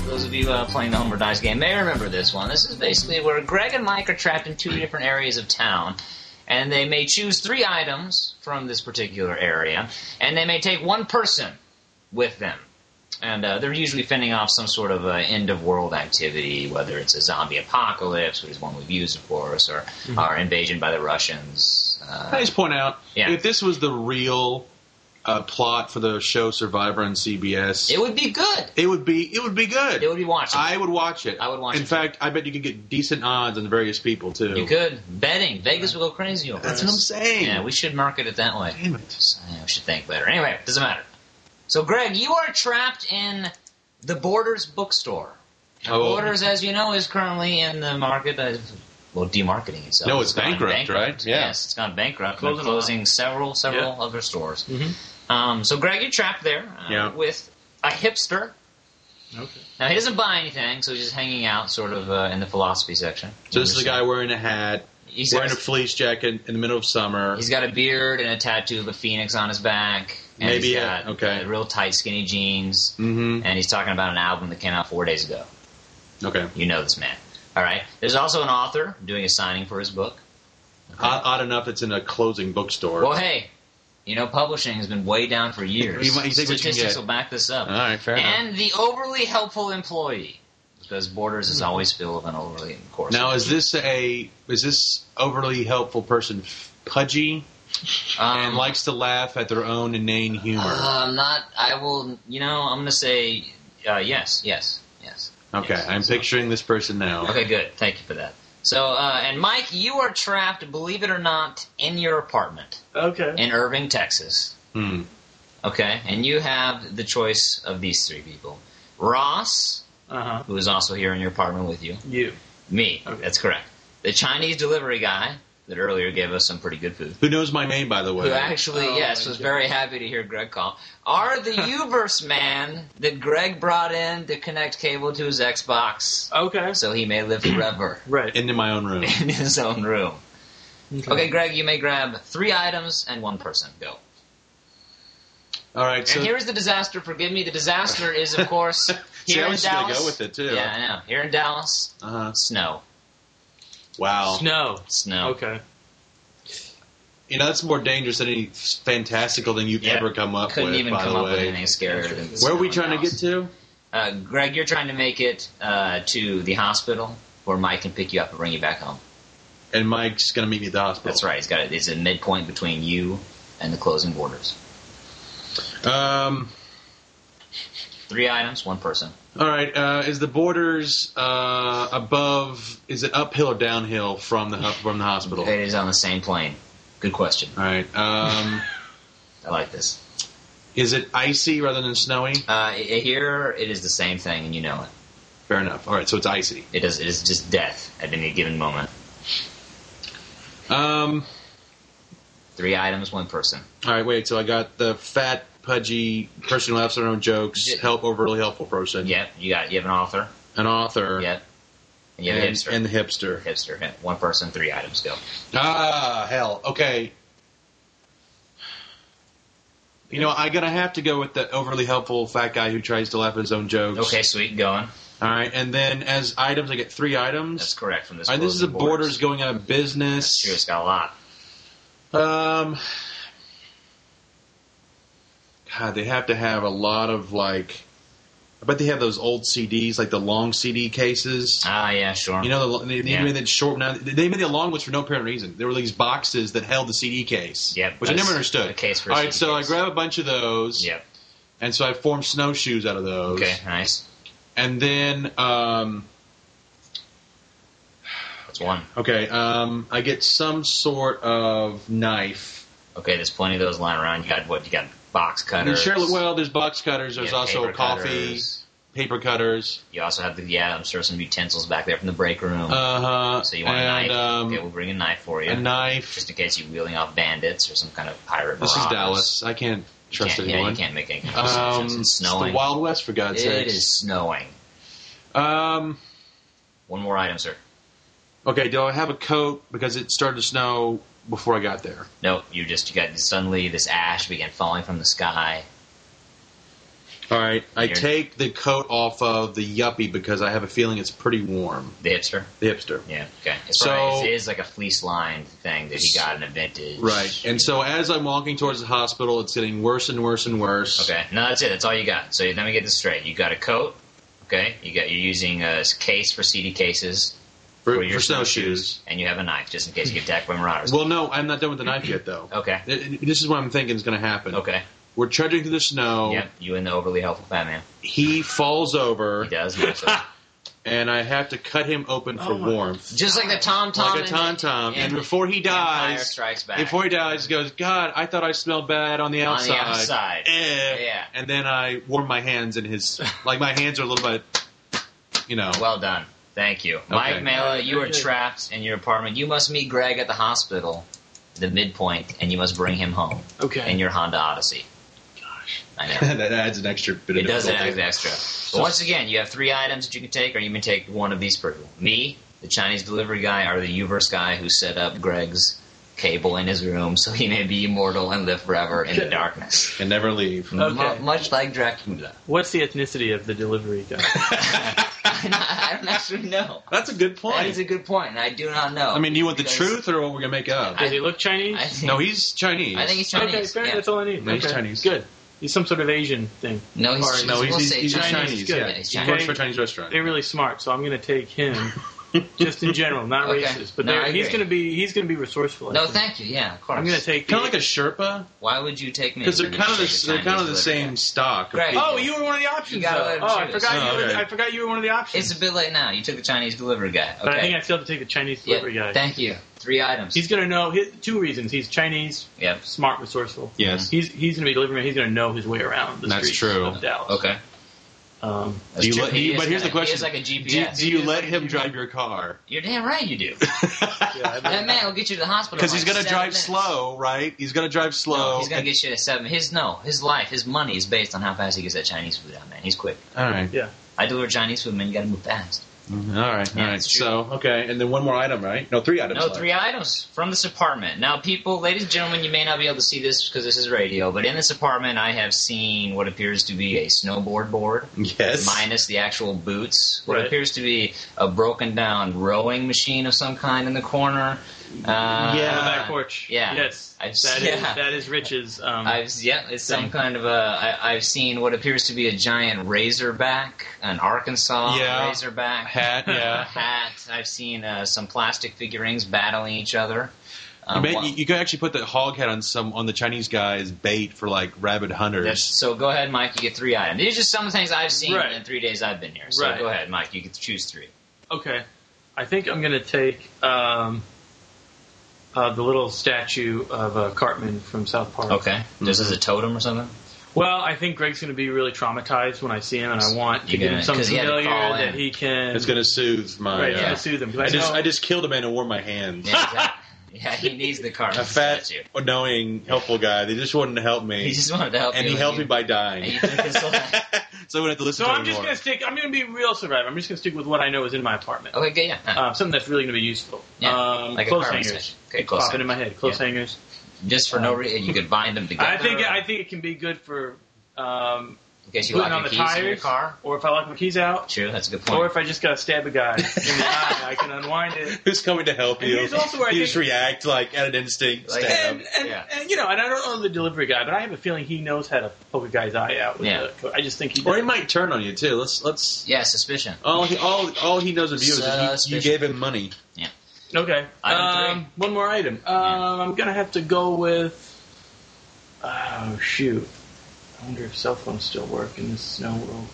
[SPEAKER 1] Those of you uh, playing the Humber Dice game may remember this one. This is basically where Greg and Mike are trapped in two different areas of town, and they may choose three items from this particular area, and they may take one person with them. And uh, they're usually fending off some sort of uh, end of world activity, whether it's a zombie apocalypse, which is one we've used, of course, or
[SPEAKER 3] Mm-hmm.
[SPEAKER 1] or invasion by the Russians.
[SPEAKER 3] Can I
[SPEAKER 1] Uh,
[SPEAKER 3] just point out
[SPEAKER 1] Yeah.
[SPEAKER 3] if this was the real uh, plot for the show Survivor on CBS,
[SPEAKER 1] it would be good.
[SPEAKER 3] it would be it would be good.
[SPEAKER 1] It would be watchable.
[SPEAKER 3] I would watch it.
[SPEAKER 1] I would watch
[SPEAKER 3] In
[SPEAKER 1] it, too.
[SPEAKER 3] fact, I bet you could get decent odds on various people too.
[SPEAKER 1] you could betting Vegas would go crazy over
[SPEAKER 3] That's
[SPEAKER 1] this.
[SPEAKER 3] what I'm saying.
[SPEAKER 1] Yeah, we should market it that way.
[SPEAKER 3] Damn it.
[SPEAKER 1] Yeah, we should think better. Anyway, doesn't matter. So, Greg, you are trapped in the Borders bookstore. Now,
[SPEAKER 3] Oh.
[SPEAKER 1] Borders, as you know, is currently in the market of well, demarketing itself.
[SPEAKER 3] No, it's
[SPEAKER 1] gone
[SPEAKER 3] bankrupt, right? Yeah.
[SPEAKER 1] Yes, it's gone bankrupt. They're
[SPEAKER 2] Closing
[SPEAKER 1] closing several, several
[SPEAKER 2] Yeah.
[SPEAKER 1] other stores.
[SPEAKER 2] Mhm.
[SPEAKER 1] Um, so, Greg, you're trapped there uh,
[SPEAKER 3] Yeah.
[SPEAKER 1] with a hipster
[SPEAKER 2] Okay.
[SPEAKER 1] Now he doesn't buy anything, so he's just hanging out, sort of uh, in the philosophy section.
[SPEAKER 3] So this is the guy wearing a hat,
[SPEAKER 1] He's
[SPEAKER 3] wearing a
[SPEAKER 1] got,
[SPEAKER 3] fleece jacket in the middle of summer.
[SPEAKER 1] he's got a beard and a tattoo of a phoenix on his back. And
[SPEAKER 3] Maybe,
[SPEAKER 1] he's
[SPEAKER 3] yeah,
[SPEAKER 1] got
[SPEAKER 3] okay.
[SPEAKER 1] uh, real tight, skinny jeans,
[SPEAKER 3] hmm
[SPEAKER 1] and he's talking about an album that came out four days ago.
[SPEAKER 3] Okay.
[SPEAKER 1] You know this man. All right. There's also an author doing a signing for his book.
[SPEAKER 3] Odd, odd enough, it's in a closing bookstore.
[SPEAKER 1] Well, hey, you know, publishing has been way down for years.
[SPEAKER 3] You might- you think what you can
[SPEAKER 1] Statistics
[SPEAKER 3] get.
[SPEAKER 1] will back this up.
[SPEAKER 3] All right, fair enough.
[SPEAKER 1] and the overly helpful employee, because Borders is always filled with an overly, of course.
[SPEAKER 3] Now, is this a is this overly helpful person f- pudgy
[SPEAKER 1] um, uh,
[SPEAKER 3] and likes to laugh at their own inane humor?
[SPEAKER 1] I'm not. I will. You know, I'm going to say uh, yes, yes, yes.
[SPEAKER 3] Okay,
[SPEAKER 1] yes,
[SPEAKER 3] I'm
[SPEAKER 1] so-
[SPEAKER 3] picturing this person now.
[SPEAKER 1] Okay, good. Thank you for that. So, uh, and Mike, you are trapped, believe it or not, in your apartment
[SPEAKER 2] Okay.
[SPEAKER 1] in Irving, Texas.
[SPEAKER 3] Hmm.
[SPEAKER 1] Okay, and you have the choice of these three people: Ross,
[SPEAKER 2] Uh huh.
[SPEAKER 1] who is also here in your apartment with you,
[SPEAKER 2] You.
[SPEAKER 1] me.
[SPEAKER 2] Okay.
[SPEAKER 1] That's correct. The Chinese delivery guy that earlier gave us some pretty good food.
[SPEAKER 3] Who knows my name, by the way?
[SPEAKER 1] who actually,
[SPEAKER 2] Oh,
[SPEAKER 1] yes,
[SPEAKER 2] my
[SPEAKER 1] was
[SPEAKER 2] God.
[SPEAKER 1] very happy to hear Greg call, are the Uverse man that Greg brought in to connect cable to his Xbox
[SPEAKER 2] Okay.
[SPEAKER 1] so he may live forever
[SPEAKER 2] Right.
[SPEAKER 3] Into my own room.
[SPEAKER 1] in his own room. Okay, Greg, you may grab three items and one person. Go.
[SPEAKER 3] All right, so
[SPEAKER 1] and here is the disaster. Forgive me. The disaster is, of course,
[SPEAKER 3] See,
[SPEAKER 1] here
[SPEAKER 3] I
[SPEAKER 1] in
[SPEAKER 3] was just gonna
[SPEAKER 1] Dallas.
[SPEAKER 3] go with it too.
[SPEAKER 1] Yeah, I know. Here in Dallas,
[SPEAKER 3] Uh-huh.
[SPEAKER 1] snow.
[SPEAKER 3] Wow.
[SPEAKER 2] Snow.
[SPEAKER 1] Snow.
[SPEAKER 2] Okay.
[SPEAKER 3] You know that's more dangerous than any fantastical thing you've
[SPEAKER 1] Yeah.
[SPEAKER 3] ever come up
[SPEAKER 1] Couldn't
[SPEAKER 3] with.
[SPEAKER 1] even
[SPEAKER 3] by
[SPEAKER 1] come
[SPEAKER 3] the
[SPEAKER 1] up
[SPEAKER 3] way,
[SPEAKER 1] with anything scarier than
[SPEAKER 3] where are we
[SPEAKER 1] snow in
[SPEAKER 3] trying to
[SPEAKER 1] Dallas.
[SPEAKER 3] get to?
[SPEAKER 1] Uh, Greg, you're trying to make it uh, to the hospital where Mike can pick you up and bring you back home.
[SPEAKER 3] And Mike's gonna meet me at the hospital.
[SPEAKER 1] That's right. He's got it. It's a midpoint between you and the closing borders.
[SPEAKER 3] Um,
[SPEAKER 1] Three items, one person.
[SPEAKER 3] all right. Uh, is the borders uh, above? Is it uphill or downhill from the from the hospital?
[SPEAKER 1] It is on the same plane. Good question.
[SPEAKER 3] All right. Um,
[SPEAKER 1] I like this.
[SPEAKER 3] is it icy rather than snowy?
[SPEAKER 1] Uh, i- here, it is the same thing, and you know it.
[SPEAKER 3] Fair enough. All right, so it's icy.
[SPEAKER 1] It is. It is just death at any given moment.
[SPEAKER 3] Um,
[SPEAKER 1] Three items, one person.
[SPEAKER 3] all right. Wait. So I got the fat, pudgy person who laughs at their own jokes.
[SPEAKER 1] Yeah.
[SPEAKER 3] Help overly helpful person.
[SPEAKER 1] Yep. You got. You have an author.
[SPEAKER 3] An author.
[SPEAKER 1] Yep. And you have a
[SPEAKER 3] And,
[SPEAKER 1] hipster.
[SPEAKER 3] and the hipster.
[SPEAKER 1] hipster. Hip- One person, three items. Go.
[SPEAKER 3] Ah, hell. Okay. You know, I'm gonna have to go with the overly helpful fat guy who tries to laugh at his own jokes.
[SPEAKER 1] Okay, sweet. Going.
[SPEAKER 3] All right, and then as items, I get three
[SPEAKER 1] That's
[SPEAKER 3] items.
[SPEAKER 1] correct from this.
[SPEAKER 3] All right, this is a
[SPEAKER 1] closing
[SPEAKER 3] borders going out of
[SPEAKER 1] Sure,
[SPEAKER 3] business.
[SPEAKER 1] it's got a lot.
[SPEAKER 3] Um, God, they have to have a lot of like. I bet they have those old CDs, like the long CD cases.
[SPEAKER 1] Ah, yeah, sure.
[SPEAKER 3] You know, the, they, they
[SPEAKER 1] Yeah.
[SPEAKER 3] made that short. Now they made the long ones for no apparent reason. There were these boxes that held the CD case,
[SPEAKER 1] Yep,
[SPEAKER 3] which I
[SPEAKER 1] that's
[SPEAKER 3] never understood.
[SPEAKER 1] a case for a
[SPEAKER 3] All right,
[SPEAKER 1] CD
[SPEAKER 3] so I
[SPEAKER 1] case.
[SPEAKER 3] grab a bunch of those,
[SPEAKER 1] Yep.
[SPEAKER 3] and so I form snowshoes out of those.
[SPEAKER 1] Okay. Nice.
[SPEAKER 3] and then um,
[SPEAKER 1] That's one.
[SPEAKER 3] okay, um, I get some sort of knife.
[SPEAKER 1] Okay, there's plenty of those lying around. You got what? You got box
[SPEAKER 3] And then
[SPEAKER 1] cutters.
[SPEAKER 3] Charlotte, well, there's box cutters.
[SPEAKER 1] you
[SPEAKER 3] There's
[SPEAKER 1] have
[SPEAKER 3] also
[SPEAKER 1] paper
[SPEAKER 3] a coffee,
[SPEAKER 1] cutters.
[SPEAKER 3] paper cutters.
[SPEAKER 1] You also have the yeah. I'm sure some utensils back there from the break room.
[SPEAKER 3] Uh huh.
[SPEAKER 1] so you want
[SPEAKER 3] and,
[SPEAKER 1] a knife?
[SPEAKER 3] Um,
[SPEAKER 1] okay, we'll bring a knife for you,
[SPEAKER 3] a knife.
[SPEAKER 1] just in case you're wheeling off bandits or some kind of pirate.
[SPEAKER 3] This is
[SPEAKER 1] marauders.
[SPEAKER 3] Dallas. I can't
[SPEAKER 1] You
[SPEAKER 3] trust
[SPEAKER 1] can't, Yeah,
[SPEAKER 3] anyone.
[SPEAKER 1] you can't make any kind of
[SPEAKER 3] Um,
[SPEAKER 1] decisions. It's
[SPEAKER 3] it's the
[SPEAKER 1] snowing.
[SPEAKER 3] Wild West, for God's
[SPEAKER 1] It
[SPEAKER 3] sake.
[SPEAKER 1] is snowing.
[SPEAKER 3] Um.
[SPEAKER 1] One more item, sir.
[SPEAKER 3] Okay, do I have a coat because it started to snow before I got there?
[SPEAKER 1] No, you just you got suddenly this ash began falling from the sky.
[SPEAKER 3] All right, I
[SPEAKER 1] Here.
[SPEAKER 3] take the coat off of the yuppie because I have a feeling it's pretty warm.
[SPEAKER 1] The hipster.
[SPEAKER 3] The hipster.
[SPEAKER 1] Yeah. Okay. It's
[SPEAKER 3] So-
[SPEAKER 1] probably- it is like a fleece lined thing that he got in a vintage.
[SPEAKER 3] Right. And so as I'm walking towards the hospital, it's getting worse and worse and worse.
[SPEAKER 1] Okay, no, that's it. That's all you got. So let me get this straight. You got a coat. Okay, you got you're using a case for CD cases
[SPEAKER 3] For,
[SPEAKER 1] for
[SPEAKER 3] for
[SPEAKER 1] your
[SPEAKER 3] snowshoes.
[SPEAKER 1] and you have a knife just in case you get attacked by marauders.
[SPEAKER 3] Well, no, I'm not done with the knife yet, though.
[SPEAKER 1] okay,
[SPEAKER 3] Th- This is what I'm thinking is going to happen.
[SPEAKER 1] okay,
[SPEAKER 3] We're trudging through the snow.
[SPEAKER 1] yep. You and the overly helpful fat man.
[SPEAKER 3] He falls over,
[SPEAKER 1] He does naturally.
[SPEAKER 3] and I have to cut him open for
[SPEAKER 2] Oh my-
[SPEAKER 3] warmth.
[SPEAKER 1] just like the Tom Tom.
[SPEAKER 3] like a tom tom. And,
[SPEAKER 1] and-
[SPEAKER 3] before he dies,
[SPEAKER 1] Strikes Back.
[SPEAKER 3] Before he dies, he goes, God, I thought I smelled bad on the
[SPEAKER 1] On
[SPEAKER 3] outside.
[SPEAKER 1] the outside.
[SPEAKER 3] Eh.
[SPEAKER 1] Yeah.
[SPEAKER 3] And then I warm my hands in his, like my hands are a little bit, you know.
[SPEAKER 1] Well done. Thank you, Mike Mela. You are trapped in your apartment. You must meet Greg at the hospital, the midpoint, and you must bring him home
[SPEAKER 2] Okay.
[SPEAKER 1] in your Honda Odyssey.
[SPEAKER 2] Gosh.
[SPEAKER 1] I know.
[SPEAKER 3] that adds an extra bit
[SPEAKER 1] It
[SPEAKER 3] of
[SPEAKER 1] does add
[SPEAKER 3] difficulty.
[SPEAKER 1] an extra. But once again, you have three items that you can take, or you can take one of these people. Me, the Chinese delivery guy, or the Uverse guy who set up Greg's cable in his room so he may be immortal and live forever in the darkness.
[SPEAKER 3] And never leave.
[SPEAKER 1] Mu-
[SPEAKER 2] Okay.
[SPEAKER 1] much like Dracula.
[SPEAKER 2] What's the ethnicity of the delivery guy?
[SPEAKER 1] I don't actually know.
[SPEAKER 3] That's a good point.
[SPEAKER 1] That is a good point, and I do not know.
[SPEAKER 3] I mean, do you want the
[SPEAKER 1] Because
[SPEAKER 3] truth or what we're gonna make up?
[SPEAKER 1] I-
[SPEAKER 2] Does he look Chinese?
[SPEAKER 1] I think,
[SPEAKER 3] no, he's Chinese.
[SPEAKER 1] I think he's
[SPEAKER 2] okay,
[SPEAKER 1] Chinese.
[SPEAKER 2] fair.
[SPEAKER 1] yeah.
[SPEAKER 2] That's all I need.
[SPEAKER 3] No, he's
[SPEAKER 2] Okay,
[SPEAKER 3] Chinese.
[SPEAKER 2] Good. He's some sort of Asian thing.
[SPEAKER 1] No,
[SPEAKER 2] Or
[SPEAKER 1] he's,
[SPEAKER 3] no, he's,
[SPEAKER 1] we'll
[SPEAKER 3] he's,
[SPEAKER 1] say
[SPEAKER 3] he's
[SPEAKER 1] Chinese.
[SPEAKER 3] Chinese.
[SPEAKER 2] Chinese, good.
[SPEAKER 3] Yeah,
[SPEAKER 1] Yeah, he's
[SPEAKER 3] he works
[SPEAKER 2] Chinese.
[SPEAKER 3] for a Chinese restaurant.
[SPEAKER 2] They're really smart, so I'm going to take him. just in general, not
[SPEAKER 1] Okay.
[SPEAKER 2] racist, but
[SPEAKER 1] No,
[SPEAKER 2] they're-
[SPEAKER 1] I
[SPEAKER 2] he's
[SPEAKER 1] agree.
[SPEAKER 2] going to be he's going to be resourceful. I
[SPEAKER 1] No,
[SPEAKER 2] think.
[SPEAKER 1] thank you. Yeah, of course.
[SPEAKER 2] I'm going to take.
[SPEAKER 3] Kind of
[SPEAKER 2] the-
[SPEAKER 3] like a Sherpa,
[SPEAKER 1] Why would you take me?
[SPEAKER 3] because they're
[SPEAKER 1] if
[SPEAKER 3] kind of
[SPEAKER 1] you're just
[SPEAKER 3] the,
[SPEAKER 1] a
[SPEAKER 3] they're kind of the
[SPEAKER 1] Chinese
[SPEAKER 3] same
[SPEAKER 1] delivery
[SPEAKER 3] stock. of
[SPEAKER 1] Right.
[SPEAKER 3] people.
[SPEAKER 2] Oh, you were one of the options.
[SPEAKER 1] gotta let
[SPEAKER 2] Though.
[SPEAKER 1] him
[SPEAKER 2] Oh, I
[SPEAKER 1] choose.
[SPEAKER 2] forgot
[SPEAKER 3] Oh,
[SPEAKER 2] you.
[SPEAKER 3] okay.
[SPEAKER 2] Were, I forgot you were one of the
[SPEAKER 1] guy?
[SPEAKER 2] options.
[SPEAKER 1] It's a bit late now. You took the Chinese delivery guy. Okay.
[SPEAKER 2] But I think I still have to take the Chinese
[SPEAKER 1] yeah,
[SPEAKER 2] delivery guy.
[SPEAKER 1] Thank you. Three items.
[SPEAKER 2] He's going to know his, two reasons. He's Chinese,
[SPEAKER 1] Yep.
[SPEAKER 2] smart, resourceful.
[SPEAKER 3] Yes.
[SPEAKER 2] He's he's going to be delivering. He's going to know his way around the
[SPEAKER 3] That's
[SPEAKER 2] streets
[SPEAKER 3] true. Oh.
[SPEAKER 2] of Dallas.
[SPEAKER 1] Okay.
[SPEAKER 2] Um,
[SPEAKER 1] That's
[SPEAKER 3] you
[SPEAKER 1] true.
[SPEAKER 3] let- he-
[SPEAKER 1] is
[SPEAKER 3] but here's the
[SPEAKER 1] kinda- He is like
[SPEAKER 3] question.
[SPEAKER 1] a
[SPEAKER 3] Do, you-
[SPEAKER 1] GPS.
[SPEAKER 3] do you let him drive your car?
[SPEAKER 1] You're damn right you do.
[SPEAKER 2] yeah, I
[SPEAKER 1] that
[SPEAKER 2] mean,
[SPEAKER 1] man will get you to the hospital.
[SPEAKER 3] Because
[SPEAKER 1] in
[SPEAKER 3] he's
[SPEAKER 1] like
[SPEAKER 3] gonna
[SPEAKER 1] seven
[SPEAKER 3] drive
[SPEAKER 1] minutes.
[SPEAKER 3] slow, right? He's gonna drive slow.
[SPEAKER 1] No, he's gonna get you to seven. His no, his life, his money is based on how fast he gets that Chinese food out, man. He's quick.
[SPEAKER 3] all right,
[SPEAKER 2] yeah.
[SPEAKER 1] I deliver Chinese food, man. You gotta move fast.
[SPEAKER 3] all right, all
[SPEAKER 1] Yeah,
[SPEAKER 3] right.
[SPEAKER 1] it's true.
[SPEAKER 3] So okay, and then one more item, right? No, three items.
[SPEAKER 1] No,
[SPEAKER 3] left.
[SPEAKER 1] three items from this apartment. Now, people, ladies and gentlemen, you may not be able to see this because this is radio, but in this apartment, I have seen what appears to be a snowboard board.
[SPEAKER 3] Yes.
[SPEAKER 1] minus the actual boots. What
[SPEAKER 2] Right.
[SPEAKER 1] appears to be a broken down rowing machine of some kind in the corner. Uh,
[SPEAKER 3] Yeah.
[SPEAKER 2] On the back porch.
[SPEAKER 1] yeah.
[SPEAKER 2] Yes.
[SPEAKER 1] I've
[SPEAKER 2] That
[SPEAKER 1] s-
[SPEAKER 2] is
[SPEAKER 1] yeah.
[SPEAKER 2] that is Rich's. Um,
[SPEAKER 1] I've yeah, it's some
[SPEAKER 2] Thing.
[SPEAKER 1] kind of a. I, I've seen what appears to be a giant razorback, an Arkansas
[SPEAKER 3] Yeah.
[SPEAKER 1] razorback
[SPEAKER 3] Hat, yeah.
[SPEAKER 1] hat. I've seen uh, some plastic figurines battling each other.
[SPEAKER 3] You,
[SPEAKER 1] Um,
[SPEAKER 3] may,
[SPEAKER 1] wha-
[SPEAKER 3] you, you could actually put the hog head on some on the Chinese guy's bait for like rabid hunters.
[SPEAKER 1] that's- so go ahead, Mike. You get three items. These are just some of the things I've seen
[SPEAKER 2] Right.
[SPEAKER 1] in three days I've been here. So
[SPEAKER 2] Right.
[SPEAKER 1] go ahead, Mike. You can choose three.
[SPEAKER 2] Okay. I think I'm going to take um, uh, the little statue of uh, Cartman from South Park.
[SPEAKER 1] Okay. Just as a totem or something.
[SPEAKER 2] Well, I think Greg's going to be really traumatized when I see him, and I want to
[SPEAKER 1] You
[SPEAKER 2] give
[SPEAKER 1] gotta-
[SPEAKER 2] him something
[SPEAKER 1] 'cause he had to
[SPEAKER 2] familiar
[SPEAKER 1] crawl in.
[SPEAKER 2] that he can.
[SPEAKER 3] It's gonna soothe my.
[SPEAKER 2] right, it's
[SPEAKER 3] uh,
[SPEAKER 2] gonna soothe him. 'cause
[SPEAKER 3] I just
[SPEAKER 2] know-
[SPEAKER 3] I just killed a man and wore my hands.
[SPEAKER 1] Yeah, exactly. yeah he needs the card.
[SPEAKER 3] A fat,
[SPEAKER 1] statue.
[SPEAKER 3] annoying, helpful guy. They just wanted to help me,
[SPEAKER 1] He just wanted to help
[SPEAKER 3] and
[SPEAKER 1] you.
[SPEAKER 3] he helped me by dying.
[SPEAKER 1] and you took his life.
[SPEAKER 3] so I wouldn't have to listen
[SPEAKER 2] so
[SPEAKER 3] to
[SPEAKER 2] I'm
[SPEAKER 3] him
[SPEAKER 2] just
[SPEAKER 3] anymore.
[SPEAKER 2] going to stick. I'm going to be real survivor. I'm just going to stick with what I know is in my apartment.
[SPEAKER 1] Okay, good, yeah.
[SPEAKER 3] Um,
[SPEAKER 1] Uh,
[SPEAKER 2] Uh, something that's really going to be useful.
[SPEAKER 1] Yeah,
[SPEAKER 2] Um,
[SPEAKER 1] like a
[SPEAKER 2] clothes
[SPEAKER 1] carpet
[SPEAKER 2] hangers.
[SPEAKER 1] section. Okay, close
[SPEAKER 2] Popping in my head. Clothes
[SPEAKER 1] Yeah.
[SPEAKER 2] hangers.
[SPEAKER 1] Just for no reason, you could bind them together.
[SPEAKER 2] I think I think it can be good for um,
[SPEAKER 1] in case you
[SPEAKER 2] putting
[SPEAKER 1] lock
[SPEAKER 2] on
[SPEAKER 1] your
[SPEAKER 2] the
[SPEAKER 1] keys
[SPEAKER 2] tires,
[SPEAKER 1] in your car.
[SPEAKER 2] or if I lock my keys out,
[SPEAKER 1] True, that's a good
[SPEAKER 2] Or
[SPEAKER 1] point.
[SPEAKER 2] if I just gotta stab a guy in the eye, I can unwind it.
[SPEAKER 3] Who's coming to help
[SPEAKER 2] And
[SPEAKER 3] you?
[SPEAKER 2] here's also where I
[SPEAKER 3] you
[SPEAKER 2] think-
[SPEAKER 3] just react like at an instinct.
[SPEAKER 1] Like-
[SPEAKER 3] stab.
[SPEAKER 2] And, and,
[SPEAKER 1] Yeah.
[SPEAKER 2] and you know, and I don't know the delivery guy, but I have a feeling he knows how to poke a guy's eye out. With
[SPEAKER 1] Yeah.
[SPEAKER 2] the, I just think he.
[SPEAKER 3] or he
[SPEAKER 2] does.
[SPEAKER 3] might turn on you too. Let's let's.
[SPEAKER 1] yeah, suspicion.
[SPEAKER 3] All he all all he knows of you is you, you
[SPEAKER 1] Suspicious.
[SPEAKER 3] gave him money.
[SPEAKER 2] Okay.
[SPEAKER 1] Item
[SPEAKER 2] Um, one more item. Um, I'm gonna have to go with. Oh shoot! I wonder if cell phones still work in this snow world.